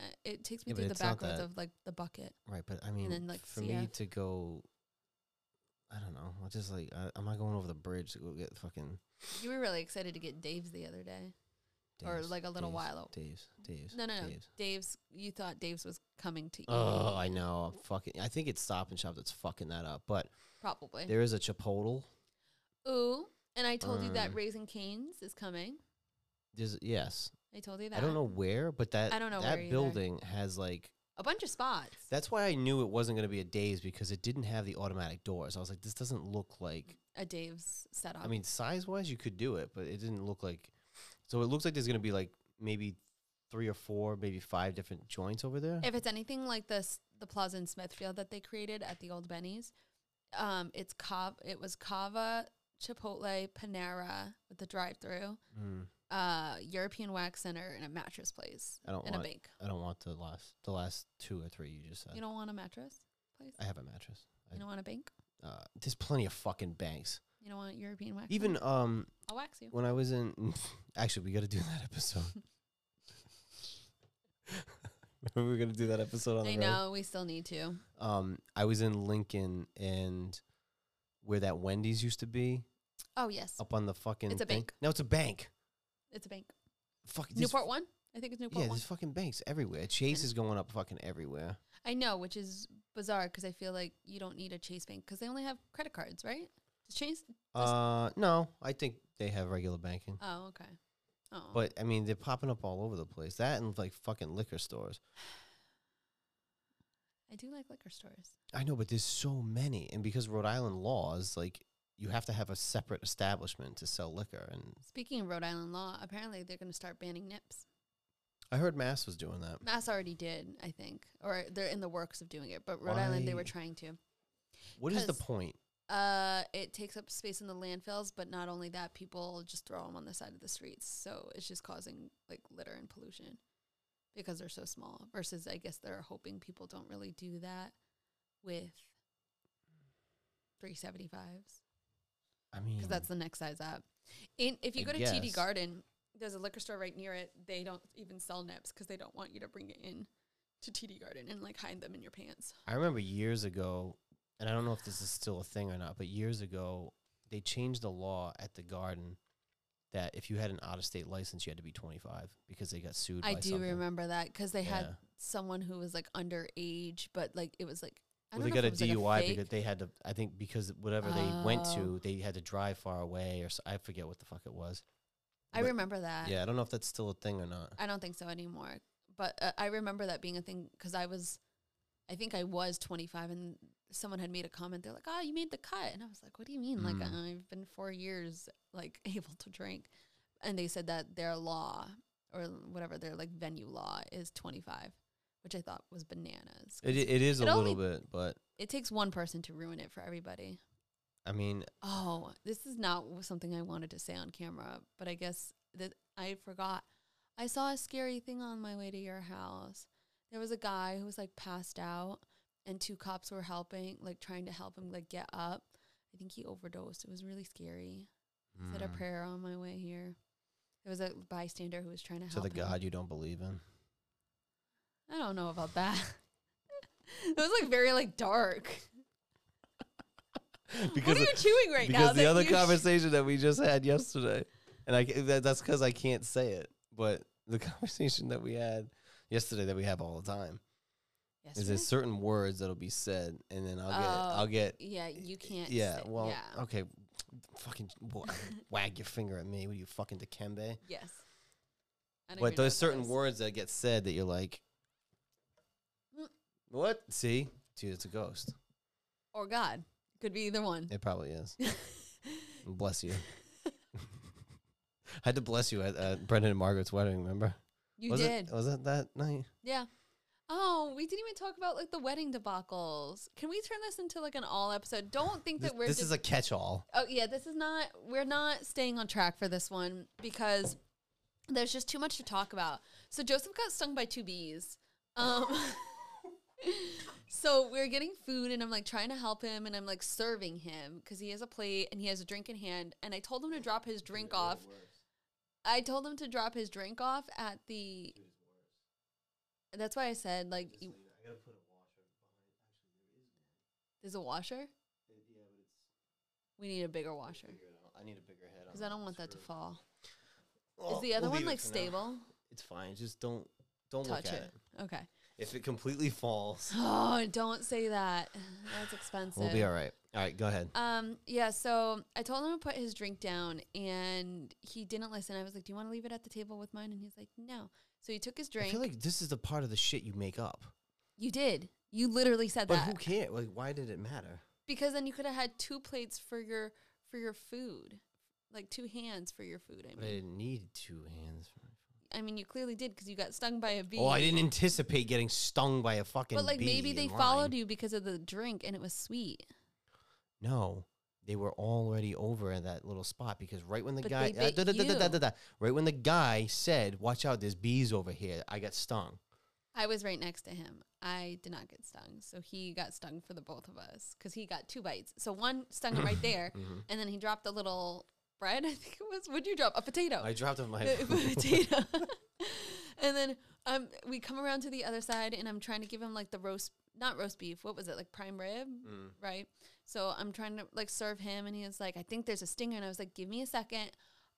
Speaker 1: Uh, it takes me
Speaker 2: Yeah, but
Speaker 1: through the
Speaker 2: it's not
Speaker 1: back roads
Speaker 2: that-
Speaker 1: of like the bucket.
Speaker 2: Right, but I mean,
Speaker 1: then, like,
Speaker 2: for
Speaker 1: see
Speaker 2: me
Speaker 1: ya.
Speaker 2: to go, I don't know. I just like I, I'm not going over the bridge to go get fucking
Speaker 1: You were really excited to get Dave's the other day, or
Speaker 2: Dave's,
Speaker 1: like a little
Speaker 2: Dave's,
Speaker 1: while. ago.
Speaker 2: Dave's, Dave's.
Speaker 1: No, no, no.
Speaker 2: Dave's.
Speaker 1: Dave's. You thought Dave's was coming to you,
Speaker 2: Oh, I know. I'm fucking. I think it's Stop and Shop that's fucking that up. But
Speaker 1: probably.
Speaker 2: there is a Chipotle.
Speaker 1: Ooh, and I told you that
Speaker 2: Um,
Speaker 1: Raising Canes is coming.
Speaker 2: There's yes.
Speaker 1: I told you that.
Speaker 2: I don't know where, but that
Speaker 1: I don't know where
Speaker 2: that
Speaker 1: either.
Speaker 2: building has like
Speaker 1: a bunch of spots.
Speaker 2: That's why I knew it wasn't going to be a Dave's because it didn't have the automatic doors. I was like, this doesn't look like.
Speaker 1: A Dave's setup.
Speaker 2: I mean, size wise, you could do it, but it didn't look like. So it looks like there's going to be like maybe three or four, maybe five different joints over there.
Speaker 1: If it's anything like this, the plaza in Smithfield that they created at the old Benny's, um, it's Cava, it was Cava, Chipotle, Panera with the drive-through,
Speaker 2: Mm,
Speaker 1: uh, European Wax Center, and a mattress place
Speaker 2: Oh, I don't
Speaker 1: and a
Speaker 2: want.
Speaker 1: bank.
Speaker 2: I don't want the last the last two or three you just said.
Speaker 1: You don't want a mattress place.
Speaker 2: I have a mattress. I-
Speaker 1: You don't want a bank.
Speaker 2: Uh, there's plenty of fucking banks.
Speaker 1: You don't want European Wax.
Speaker 2: Even
Speaker 1: Center?
Speaker 2: um,
Speaker 1: I'll wax you.
Speaker 2: when I was in, actually, we got to do that episode. we were gonna do that episode on the
Speaker 1: I
Speaker 2: road.
Speaker 1: know we still need to.
Speaker 2: um, I was in Lincoln and where that Wendy's used to be
Speaker 1: Oh yes,
Speaker 2: up on the fucking.
Speaker 1: It's a
Speaker 2: thing.
Speaker 1: bank.
Speaker 2: No, it's a bank.
Speaker 1: it's a bank.
Speaker 2: Fuck these-
Speaker 1: Newport One. I think it's Newport
Speaker 2: Yeah,
Speaker 1: One.
Speaker 2: there's fucking banks everywhere. Chase is going up fucking everywhere.
Speaker 1: I know, which is bizarre because I feel like you don't need a Chase bank because they only have credit cards, right? Does Chase? Does-
Speaker 2: Uh, no, I think they have regular banking.
Speaker 1: Oh, okay. Oh,
Speaker 2: But I mean, they're popping up all over the place. That and like fucking liquor stores.
Speaker 1: I do like liquor stores.
Speaker 2: I know, but there's so many, and because Rhode Island laws, like you have to have a separate establishment to sell liquor. And
Speaker 1: Speaking of Rhode Island law, apparently they're going to start banning nips.
Speaker 2: I heard Mass was doing that.
Speaker 1: Mass already did, I think, or they're in the works of doing it. But Rhode Island, they were
Speaker 2: Why-
Speaker 1: trying to.
Speaker 2: What is the
Speaker 1: 'Cause-
Speaker 2: point?
Speaker 1: Uh, it takes up space in the landfills, but not only that, people just throw them on the side of the streets, so it's just causing like litter and pollution because they're so small. Versus, I guess they're hoping people don't really do that with three seventy fives
Speaker 2: I mean,
Speaker 1: because that's the next size up. In if you
Speaker 2: I
Speaker 1: go to TD
Speaker 2: guess.
Speaker 1: Garden, there's a liquor store right near it. They don't even sell nips because they don't want you to bring it in to TD Garden and like hide them in your pants.
Speaker 2: I remember years ago, and I don't know if this is still a thing or not, but years ago, they changed the law at the garden that if you had an out of state license, you had to be 25 because they got sued.
Speaker 1: I
Speaker 2: by
Speaker 1: do
Speaker 2: something.
Speaker 1: remember that because they had
Speaker 2: Yeah.
Speaker 1: someone who was like underage, but like it was like I
Speaker 2: Well, they
Speaker 1: don't
Speaker 2: got
Speaker 1: know
Speaker 2: a
Speaker 1: if it was,
Speaker 2: DUI
Speaker 1: like, a
Speaker 2: because
Speaker 1: fake-
Speaker 2: they had to, I think, because whatever they went
Speaker 1: Oh.
Speaker 2: to, they had to drive far away or s I I forget what the fuck it was.
Speaker 1: I
Speaker 2: but-
Speaker 1: remember that.
Speaker 2: Yeah, I don't know if that's still a thing or not.
Speaker 1: I don't think so anymore, but uh, I remember that being a thing because I was, I think I was 25 and someone had made a comment. They're like, "Oh, you made the cut," and I was like, "What do you mean? Like
Speaker 2: Mm.
Speaker 1: I've been four years like able to drink," and they said that their law or whatever their like venue law is 25, which I thought was bananas.
Speaker 2: It, i- it is
Speaker 1: It
Speaker 2: a
Speaker 1: only-
Speaker 2: little bit, but
Speaker 1: It takes one person to ruin it for everybody.
Speaker 2: I mean,
Speaker 1: Oh, this is not w- something I wanted to say on camera, but I guess that I forgot. I saw a scary thing on my way to your house. There was a guy who was like passed out, and two cops were helping, like trying to help him like get up. I think he overdosed. It was really scary. Said a
Speaker 2: mm,
Speaker 1: prayer on my way here. There was a bystander who was trying to
Speaker 2: to
Speaker 1: help
Speaker 2: the
Speaker 1: him.
Speaker 2: God you don't believe in.
Speaker 1: I don't know about that. it was like very like dark.
Speaker 2: Because
Speaker 1: what are you chewing right now?
Speaker 2: because the
Speaker 1: that
Speaker 2: other
Speaker 1: you sh-
Speaker 2: conversation that we just had yesterday, and I ca- that, that's because I can't say it, but the conversation that we had yesterday that we have all the time is
Speaker 1: Yesterday?
Speaker 2: there's certain words that'll be said, and then I'll get
Speaker 1: Oh,
Speaker 2: I'll get
Speaker 1: Yeah, you can't.
Speaker 2: yeah
Speaker 1: say-
Speaker 2: well
Speaker 1: yeah.
Speaker 2: okay fucking wa- wag your finger at me what are you fucking Dikembe?
Speaker 1: Yes. I don't even
Speaker 2: But
Speaker 1: know
Speaker 2: there's
Speaker 1: what
Speaker 2: certain
Speaker 1: that is.
Speaker 2: words that get said that you're like,
Speaker 1: Mm.
Speaker 2: what? See, dude, it's a ghost.
Speaker 1: Or God. Could be either one.
Speaker 2: It probably is. bless you. I had to bless you at uh, Brendan and Margaret's wedding. Remember?
Speaker 1: You
Speaker 2: was
Speaker 1: did.
Speaker 2: It, was it that night?
Speaker 1: Yeah. Oh, we didn't even talk about like the wedding debacles. Can we turn this into like an all episode? Don't think
Speaker 2: This,
Speaker 1: that we're
Speaker 2: this
Speaker 1: just
Speaker 2: is a catch-all.
Speaker 1: Oh yeah, this is not we're not staying on track for this one because there's just too much to talk about. So Joseph got stung by two bees. Um So we're getting food and I'm like trying to help him and I'm like serving him cuz he has a plate and he has a drink in hand and I told him to drop his drink off. I told him to drop his drink off at the That's why I said like you, there's a washer. We need a bigger washer
Speaker 2: I need a bigger head.
Speaker 1: cuz I don't want that to fall. Is
Speaker 2: Oh,
Speaker 1: the other one like stable?
Speaker 2: It's fine. Just don't don't
Speaker 1: Touch
Speaker 2: look at
Speaker 1: it.
Speaker 2: it.
Speaker 1: Okay.
Speaker 2: If it completely falls,
Speaker 1: Oh, don't say that. That's expensive.
Speaker 2: we'll be all right. All right, go ahead.
Speaker 1: Um, yeah, so I told him to put his drink down and he didn't listen. I was like, Do you want to leave it at the table with mine? And he's like, No. So he took his
Speaker 2: I
Speaker 1: drink.
Speaker 2: feel like this is the part of the shit you make up.
Speaker 1: you did. You literally said
Speaker 2: But
Speaker 1: that.
Speaker 2: who cares? Like, why did it matter?
Speaker 1: because then you could have had two plates for your for your food. Like two hands for your food. I
Speaker 2: But I
Speaker 1: mean
Speaker 2: didn't need two hands.
Speaker 1: I mean you clearly did because you got stung by a bee.
Speaker 2: Oh, I didn't anticipate getting stung by a fucking.
Speaker 1: But like
Speaker 2: bee
Speaker 1: maybe they
Speaker 2: in
Speaker 1: followed
Speaker 2: line.
Speaker 1: you because of the drink and it was sweet.
Speaker 2: No, they were already over at that little spot because right when the
Speaker 1: But
Speaker 2: guy,
Speaker 1: they
Speaker 2: uh,
Speaker 1: bit
Speaker 2: da- da- da- da- da-
Speaker 1: you.
Speaker 2: da- da- right when the guy said, "Watch out, there's bees over here," I got stung.
Speaker 1: I was right next to him. I did not get stung. So he got stung for the both of us because he got two bites. So one stung him right there,
Speaker 2: Mm-hmm.
Speaker 1: and then he dropped a little bread. I think it was. What'd you drop? A potato.
Speaker 2: I dropped off my.
Speaker 1: A potato. and then um, we come around to the other side, and I'm trying to give him like the roast, not roast beef. What was it? Like prime rib,
Speaker 2: Mm.
Speaker 1: right? So I'm trying to like serve him, and he was like, "I think there's a stinger," and I was like, "Give me a second.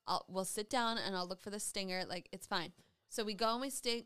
Speaker 1: I'll we'll sit down and I'll look for the stinger. Like it's fine." So we go and we stay,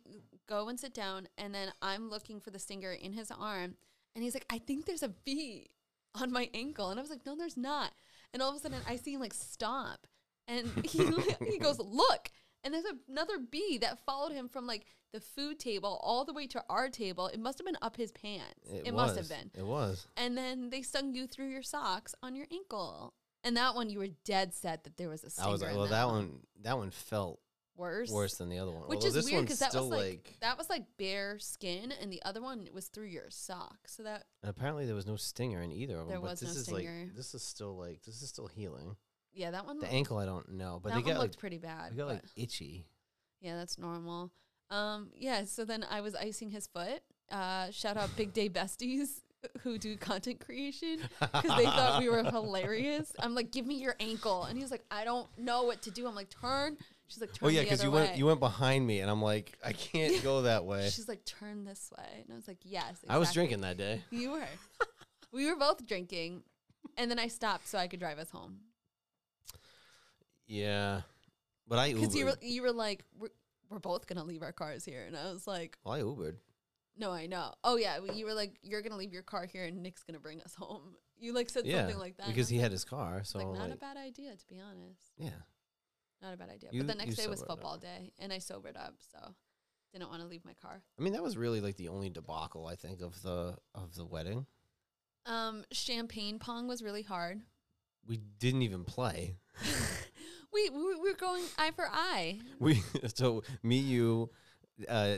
Speaker 1: go and sit down, and then I'm looking for the stinger in his arm, and he's like, "I think there's a bee on my ankle," and I was like, "No, there's not." And all of a sudden, I see him like stomp, and he he goes, "Look!" And there's another bee that followed him from like the food table all the way to our table. It must have been up his pants. It, must have
Speaker 2: was.
Speaker 1: been.
Speaker 2: It was.
Speaker 1: And then they stung you through your socks on your ankle. And that one, you were dead set that there was a stinger.
Speaker 2: I was like,
Speaker 1: in
Speaker 2: well,
Speaker 1: that
Speaker 2: that one, that one felt
Speaker 1: worse.
Speaker 2: worse than the other one.
Speaker 1: Which
Speaker 2: Although
Speaker 1: is
Speaker 2: this
Speaker 1: weird
Speaker 2: one's
Speaker 1: because that was
Speaker 2: still
Speaker 1: like,
Speaker 2: like,
Speaker 1: that was like bare skin, and the other one was through your sock. So that
Speaker 2: and apparently there was no stinger in either of them.
Speaker 1: There
Speaker 2: but
Speaker 1: was no
Speaker 2: this is
Speaker 1: stinger.
Speaker 2: like this is still like this is still healing.
Speaker 1: yeah, that one
Speaker 2: The
Speaker 1: loo-
Speaker 2: ankle I don't know, but
Speaker 1: that
Speaker 2: they
Speaker 1: one
Speaker 2: got like
Speaker 1: looked pretty bad.
Speaker 2: they got
Speaker 1: but-
Speaker 2: like itchy.
Speaker 1: Yeah, that's normal. Um, yeah, so then I was icing his foot. Uh, shout out Big Day Besties who do content creation because they thought we were hilarious. I'm like, give me your ankle, and he's like, I don't know what to do. I'm like, turn. She's like, turn.
Speaker 2: Oh yeah,
Speaker 1: because
Speaker 2: because you went you went behind me, and I'm like, I can't go that way.
Speaker 1: She's like, turn this way, and I was like, yes.
Speaker 2: I was
Speaker 1: exactly."
Speaker 2: drinking that day.
Speaker 1: You were. we were both drinking, and then I stopped so I could drive us home
Speaker 2: Yeah, but I
Speaker 1: because
Speaker 2: Ubered.
Speaker 1: you were you were like, we're, we're both gonna leave our cars here, and I was like.
Speaker 2: Well, I Ubered.
Speaker 1: No, I know. Oh yeah, well, you were like, you're gonna leave your car here, and Nick's gonna bring us home. You like said
Speaker 2: Yeah,
Speaker 1: something like that and
Speaker 2: because
Speaker 1: I
Speaker 2: he
Speaker 1: was
Speaker 2: had his car. So
Speaker 1: like,
Speaker 2: I'm
Speaker 1: like not
Speaker 2: like,
Speaker 1: a bad idea, to be honest.
Speaker 2: yeah,
Speaker 1: Not a bad idea.
Speaker 2: You-
Speaker 1: but the
Speaker 2: you
Speaker 1: next day was
Speaker 2: sobered up.
Speaker 1: football day, and I sobered up, so didn't want to leave my car.
Speaker 2: I mean that was really like the only debacle I think of the of the wedding.
Speaker 1: Um, champagne pong was really hard.
Speaker 2: We didn't even play.
Speaker 1: We we we were going eye for eye.
Speaker 2: We so me, you, uh,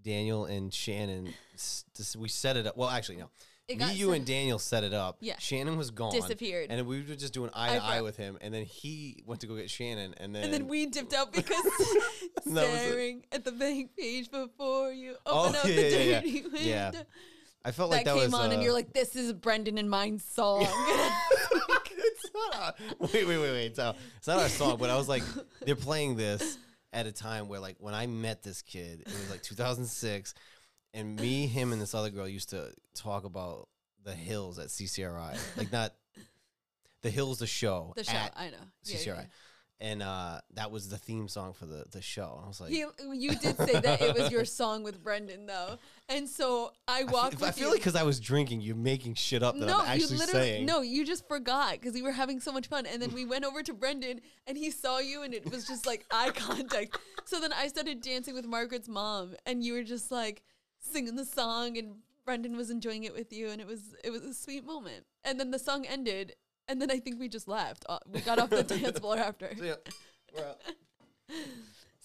Speaker 2: Daniel, and Shannon. s- dis- We set it up. Well, actually, no.
Speaker 1: It
Speaker 2: me,
Speaker 1: got
Speaker 2: you,
Speaker 1: so-
Speaker 2: and Daniel set it up.
Speaker 1: Yeah.
Speaker 2: Shannon was gone,
Speaker 1: Disappeared.
Speaker 2: and we were just doing eye
Speaker 1: Eye
Speaker 2: to
Speaker 1: for
Speaker 2: eye
Speaker 1: eye.
Speaker 2: with him. And then he went to go get Shannon, and then
Speaker 1: and then we dipped out because
Speaker 2: And that was it.
Speaker 1: staring at the bank page before you open
Speaker 2: Oh,
Speaker 1: up
Speaker 2: yeah,
Speaker 1: the
Speaker 2: yeah, yeah.
Speaker 1: dirty window.
Speaker 2: Yeah. I felt like
Speaker 1: that,
Speaker 2: that
Speaker 1: came
Speaker 2: was
Speaker 1: on, and
Speaker 2: uh,
Speaker 1: you're like, "This is Brendan and mine's song."
Speaker 2: it's not our, wait, wait, wait, wait. So it's not our song, but I was like, they're playing this at a time where, like, when I met this kid, it was like 2006, and me, him, and this other girl used to talk about the hills at CCRI, like not the hills, the show,
Speaker 1: the show,
Speaker 2: at
Speaker 1: I know. Yeah,
Speaker 2: CCRI,
Speaker 1: yeah,
Speaker 2: and uh, that was the theme song for the the show. I was like.
Speaker 1: yeah. He, you did say that it was your song with Brendan, though, and so I
Speaker 2: I
Speaker 1: walked.
Speaker 2: feel- I
Speaker 1: with
Speaker 2: feel
Speaker 1: you.
Speaker 2: like because I was drinking, you're making shit up that
Speaker 1: no,
Speaker 2: I'm actually
Speaker 1: you literally
Speaker 2: saying.
Speaker 1: no, you just forgot because you were having so much fun, and then we went over to Brendan, and he saw you, and it was just like eye contact. So then I started dancing with Margaret's mom, and you were just like singing the song, and Brendan was enjoying it with you, and it was it was a sweet moment. And then the song ended, and then I think we just left. Uh, We got off the dance floor after.
Speaker 2: So, yeah, we're out.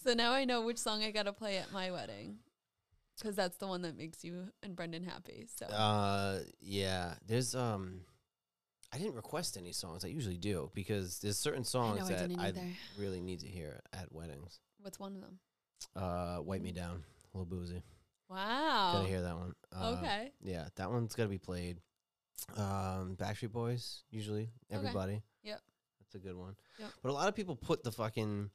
Speaker 1: So now I know which song I gotta play at my wedding, because that's the one that makes you and Brendan happy. So
Speaker 2: Uh, yeah. There's um, I didn't request any songs. I usually do because there's certain songs
Speaker 1: I
Speaker 2: that
Speaker 1: didn't
Speaker 2: I
Speaker 1: either.
Speaker 2: really need to hear at weddings.
Speaker 1: what's one of them?
Speaker 2: Uh, "Wipe
Speaker 1: Mm.
Speaker 2: Me Down," Lil Boozy.
Speaker 1: Wow.
Speaker 2: Gotta hear that one. Uh,
Speaker 1: Oh. Okay.
Speaker 2: Yeah, that one's gotta be played. Um, Backstreet Boys usually everybody.
Speaker 1: Yep.
Speaker 2: That's a good one.
Speaker 1: Yep.
Speaker 2: But a lot of people put the fucking.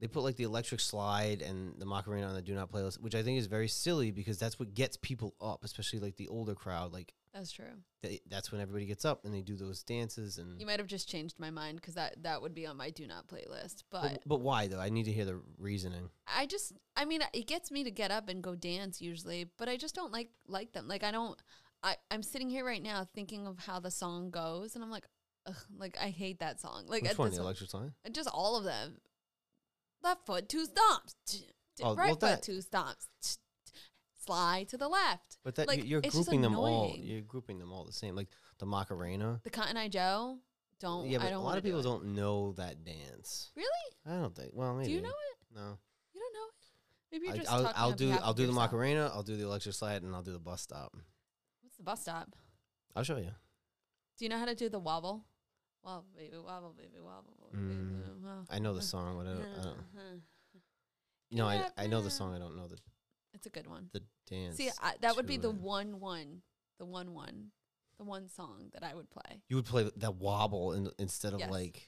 Speaker 2: They put like the electric slide and the Macarena on the do not playlist, which I think is very silly because that's what gets people up, especially like the older crowd. Like
Speaker 1: That's true.
Speaker 2: they, that's when everybody gets up and they do those dances and
Speaker 1: You might have just changed my mind because that that would be on my do not playlist. But
Speaker 2: but, but why though i need to hear the reasoning
Speaker 1: I just, I mean, it gets me to get up and go dance usually, but I just don't like like them. Like I don't. I I'm sitting here right now thinking of how the song goes, and I'm like, Ugh, like I hate that song. Like
Speaker 2: which
Speaker 1: at
Speaker 2: one
Speaker 1: this
Speaker 2: the
Speaker 1: one-
Speaker 2: electric slide
Speaker 1: and just all of them. Left foot, two stomps. T- t-
Speaker 2: Oh,
Speaker 1: right
Speaker 2: well,
Speaker 1: foot,
Speaker 2: that-
Speaker 1: two stomps. T- t- Slide to the left.
Speaker 2: but that
Speaker 1: Like,
Speaker 2: you, you're
Speaker 1: it's just
Speaker 2: grouping them all
Speaker 1: annoying.
Speaker 2: you're grouping them all the same like the macarena
Speaker 1: The Cotton Eye Joe. Don't.
Speaker 2: yeah but
Speaker 1: I don't
Speaker 2: a lot of people
Speaker 1: do
Speaker 2: don't know that dance
Speaker 1: Really?
Speaker 2: i don't think well maybe
Speaker 1: Do you know it?
Speaker 2: no
Speaker 1: You don't know it? Maybe you're
Speaker 2: I,
Speaker 1: just
Speaker 2: I'll,
Speaker 1: talking
Speaker 2: I'll
Speaker 1: on
Speaker 2: do
Speaker 1: behalf
Speaker 2: i'll
Speaker 1: of
Speaker 2: do the
Speaker 1: yourself.
Speaker 2: macarena i'll do the electric slide and i'll do the bus stop
Speaker 1: What's the bus stop?
Speaker 2: i'll show you
Speaker 1: Do you know how to do the wobble? Wobble, baby, wobble, baby, wobble, baby,
Speaker 2: Mm,
Speaker 1: wobble.
Speaker 2: i know the song but i don't, I don't
Speaker 1: Uh-huh.
Speaker 2: no I,
Speaker 1: Yeah,
Speaker 2: I know the
Speaker 1: nah.
Speaker 2: song i don't know the,
Speaker 1: It's a good one.
Speaker 2: the dance
Speaker 1: See, I, that would be
Speaker 2: to
Speaker 1: the
Speaker 2: it.
Speaker 1: one, one, the one, one, the one song that I would play.
Speaker 2: you would play that wobble in, instead of
Speaker 1: Yes.
Speaker 2: like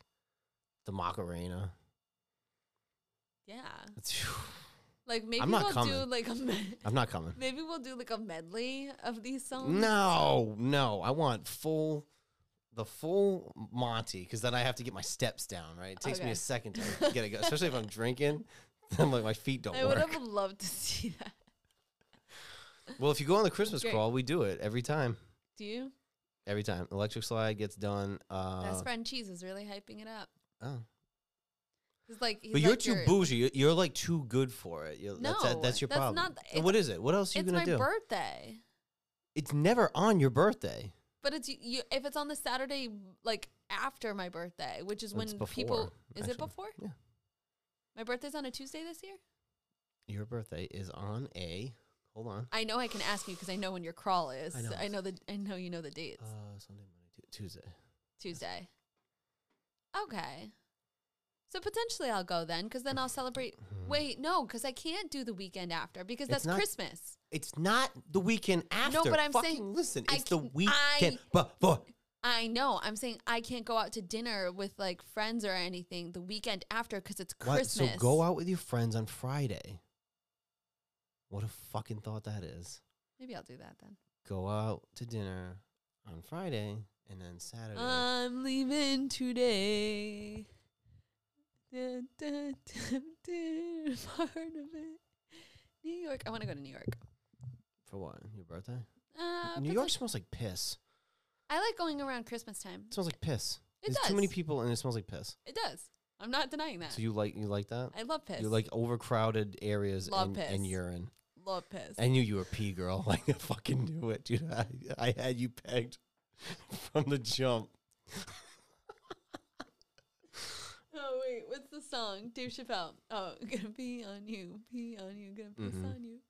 Speaker 2: the macarena
Speaker 1: Yeah.
Speaker 2: It's-
Speaker 1: Like maybe
Speaker 2: not
Speaker 1: we'll do
Speaker 2: coming.
Speaker 1: like a med-
Speaker 2: I'm not coming.
Speaker 1: maybe we'll do like a medley of these songs.
Speaker 2: No, no. I want full, the full Monty, because then I have to get my steps down. Right, it takes me
Speaker 1: Okay.
Speaker 2: a second to get it, go- especially if I'm drinking. I'm like my feet don't
Speaker 1: I would
Speaker 2: work.
Speaker 1: have loved to see that.
Speaker 2: Well, if you go on the Christmas
Speaker 1: Great.
Speaker 2: crawl, we do it every time.
Speaker 1: Do you?
Speaker 2: Every time, electric slide gets done. Uh,
Speaker 1: Best friend Cheese is really hyping it up.
Speaker 2: oh.
Speaker 1: He's like, he's
Speaker 2: but you're
Speaker 1: like
Speaker 2: too
Speaker 1: your-
Speaker 2: bougie. You're, you're like too good for it. You're, that's, that-
Speaker 1: No,
Speaker 2: that's your
Speaker 1: that's
Speaker 2: problem.
Speaker 1: not-
Speaker 2: And what is it? What else are you
Speaker 1: It's
Speaker 2: gonna
Speaker 1: my
Speaker 2: do?
Speaker 1: birthday,
Speaker 2: it's never on your birthday.
Speaker 1: but it's y- you. If it's on the Saturday, like after my birthday, which is when
Speaker 2: It's
Speaker 1: people
Speaker 2: before,
Speaker 1: is it
Speaker 2: actually.
Speaker 1: before?
Speaker 2: Yeah.
Speaker 1: My birthday's on a Tuesday this year.
Speaker 2: Your birthday is on a. Hold on.
Speaker 1: I know I can ask you because I know when your crawl is.
Speaker 2: I
Speaker 1: I
Speaker 2: know.
Speaker 1: know, I know the I know you know the dates.
Speaker 2: Uh, Sunday, Monday, Tu- Tuesday.
Speaker 1: Tuesday. Okay. So potentially I'll go then because then I'll celebrate. Wait, no, because I can't do the weekend after because
Speaker 2: Mm-hmm. It's
Speaker 1: that's
Speaker 2: not-
Speaker 1: Christmas.
Speaker 2: It's not the weekend after.
Speaker 1: but I'm
Speaker 2: Fucking
Speaker 1: saying
Speaker 2: listen,
Speaker 1: I
Speaker 2: it's the
Speaker 1: can- I-
Speaker 2: weekend before.
Speaker 1: I know. I'm saying I can't go out to dinner with like friends or anything the weekend after because it's
Speaker 2: What?
Speaker 1: Christmas.
Speaker 2: So go out with your friends on Friday. What a fucking thought that is.
Speaker 1: Maybe I'll do that then.
Speaker 2: Go out to dinner on Friday and then Saturday.
Speaker 1: I'm leaving today. Dun, dun, dun, dun, part of it. New York. I want to go to New York.
Speaker 2: for what? Your birthday?
Speaker 1: Uh,
Speaker 2: New
Speaker 1: poten-
Speaker 2: York smells like piss.
Speaker 1: I like going around Christmas time.
Speaker 2: It smells like piss.
Speaker 1: It
Speaker 2: There's too many
Speaker 1: does.
Speaker 2: people and it smells like piss.
Speaker 1: It does. I'm not denying that.
Speaker 2: So you like you like that?
Speaker 1: I love piss.
Speaker 2: You like overcrowded areas
Speaker 1: Love
Speaker 2: and,
Speaker 1: piss.
Speaker 2: and urine.
Speaker 1: love piss.
Speaker 2: I knew you were a pee girl. Like I fucking knew it, dude. I, I had you pegged from the jump.
Speaker 1: oh wait, what's the song? Dave Chappelle. Oh, gonna be on you, be on you, gonna piss
Speaker 2: Mhm.
Speaker 1: on you.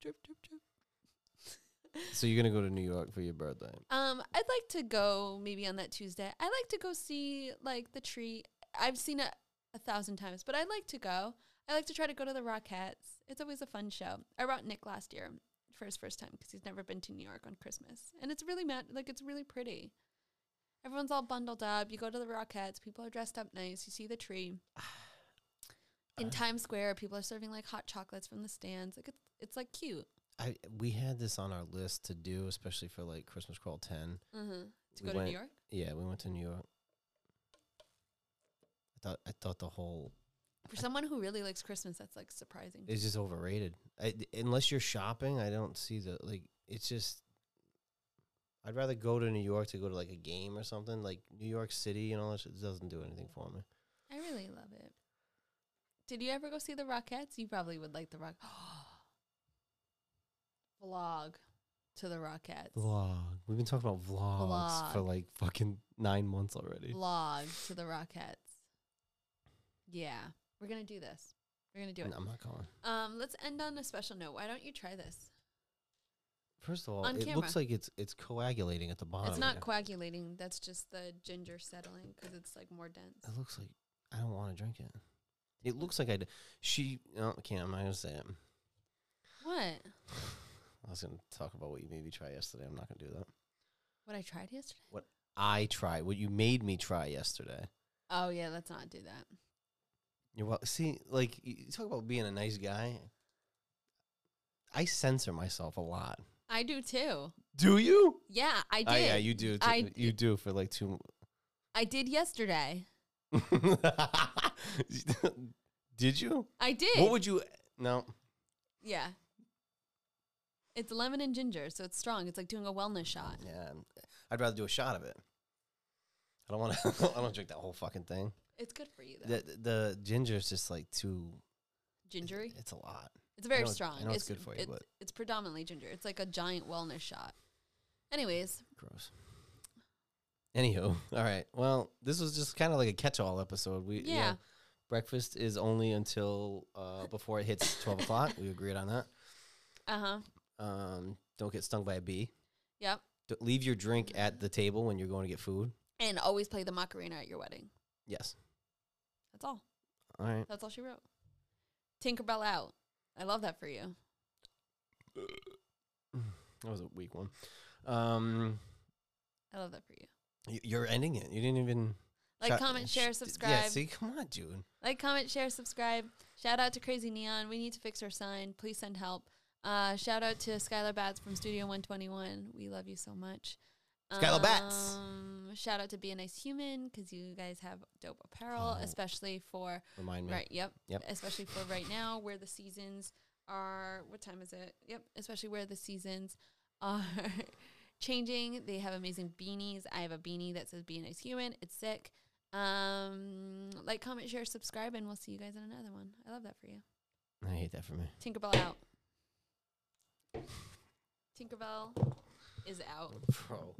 Speaker 1: Drip, drip, drip.
Speaker 2: So you're gonna go to New York for your birthday.
Speaker 1: Um, I'd like to go maybe on that Tuesday. I like to go see like the tree. I've seen it a thousand times, but I'd like to go. I like to try to go to the Rockettes. It's always a fun show. I brought Nick last year for his first time because he's never been to New York on Christmas, and it's really ma- like it's really pretty. Everyone's all bundled up. You go to the Rockettes. People are dressed up nice. You see the tree in Times Square. People are serving like hot chocolates from the stands. Like it's it's like cute.
Speaker 2: I we had this on our list to do, especially for like Christmas crawl ten.
Speaker 1: Uh-huh. To
Speaker 2: Mm-hmm. We
Speaker 1: go to
Speaker 2: went-
Speaker 1: New York.
Speaker 2: Yeah, we went to New York. I thought I thought the whole
Speaker 1: For someone who really likes Christmas, that's like surprising. to
Speaker 2: it's just overrated. I, unless you're shopping, I don't see the like. It's just. I'd rather go to New York to go to like a game or something. Like New York City and all that shit doesn't do anything for me.
Speaker 1: I really love it. Did you ever go see the Rockettes? You probably would like the Rock. Vlog to the Rockettes.
Speaker 2: Vlog. We've been talking about vlogs for
Speaker 1: Vlog.
Speaker 2: like fucking nine months already.
Speaker 1: Vlog to the Rockettes. Yeah, we're gonna do this. We're gonna do it.
Speaker 2: No, I'm not calling.
Speaker 1: Um, let's end on a special note. Why don't you try this?
Speaker 2: First of all,
Speaker 1: On
Speaker 2: it
Speaker 1: camera.
Speaker 2: looks like it's it's coagulating at the bottom.
Speaker 1: it's not
Speaker 2: here.
Speaker 1: coagulating. That's just the ginger settling because it's like more dense.
Speaker 2: It looks like I don't want to drink it. It looks like I. D- she. No, I can't. I'm not gonna say it.
Speaker 1: What?
Speaker 2: I was gonna talk about what you made me try yesterday. I'm not gonna do that.
Speaker 1: What I tried yesterday?
Speaker 2: I tried what you made me try yesterday.
Speaker 1: Oh yeah, let's not do that.
Speaker 2: You're well. See, like you you talk about being a nice guy. I censor myself a lot.
Speaker 1: I do too.
Speaker 2: Do you?
Speaker 1: Yeah, I did.
Speaker 2: Oh, yeah, you do.
Speaker 1: I
Speaker 2: too- you do for like two.
Speaker 1: I did yesterday.
Speaker 2: Did you?
Speaker 1: I did.
Speaker 2: What would you? No.
Speaker 1: yeah. It's lemon and ginger, so it's strong. It's like doing a wellness shot.
Speaker 2: Yeah, I'd rather do a shot of it. I don't want to. I don't drink that whole fucking thing.
Speaker 1: It's good for you though.
Speaker 2: The the ginger is just like too.
Speaker 1: Gingery.
Speaker 2: It's a lot.
Speaker 1: It's very
Speaker 2: know it- I
Speaker 1: strong.
Speaker 2: know it's good for you,
Speaker 1: It's,
Speaker 2: but-
Speaker 1: it's predominantly ginger. It's like a giant wellness shot. Anyways,
Speaker 2: Gross. Anywho, all right. Well, this was just kind of like a catch-all episode. We you know,
Speaker 1: Yeah.
Speaker 2: breakfast is only until uh, before it hits twelve o'clock. We agreed on that.
Speaker 1: uh huh.
Speaker 2: Um, don't get stung by a bee.
Speaker 1: Yep.
Speaker 2: D- leave your drink at the table when you're going to get food.
Speaker 1: And always play the Macarena at your wedding.
Speaker 2: Yes.
Speaker 1: That's all.
Speaker 2: All right.
Speaker 1: That's all she wrote. Tinkerbell out. I love that for you.
Speaker 2: That was a weak one. Um,
Speaker 1: I love that for you.
Speaker 2: y- you're ending it. You didn't even
Speaker 1: Like,
Speaker 2: Shut-
Speaker 1: comment, share,
Speaker 2: sh- d- Yeah.
Speaker 1: subscribe.
Speaker 2: See, come on, dude.
Speaker 1: Like, comment, share, subscribe. Shout out to Crazy Neon. We need to fix our sign. Please send help. Uh, shout out to Skylar Bats from Studio 121. We love you so much.
Speaker 2: Skylar Batts.
Speaker 1: Um, Shout out to Be a Nice Human because you guys have dope apparel,
Speaker 2: Oh.
Speaker 1: especially for
Speaker 2: Remind me.
Speaker 1: right. Yep.
Speaker 2: Yep.
Speaker 1: Especially for right now where the seasons are. What time is it? Yep. Especially where the seasons are changing. They have amazing beanies. I have a beanie that says "Be a nice human." It's sick. Um, like, comment, share, subscribe, and we'll see you guys in another one. I love that for you.
Speaker 2: I hate that for me.
Speaker 1: Tinkerbell out. Tinkerbell is out.
Speaker 2: Bro.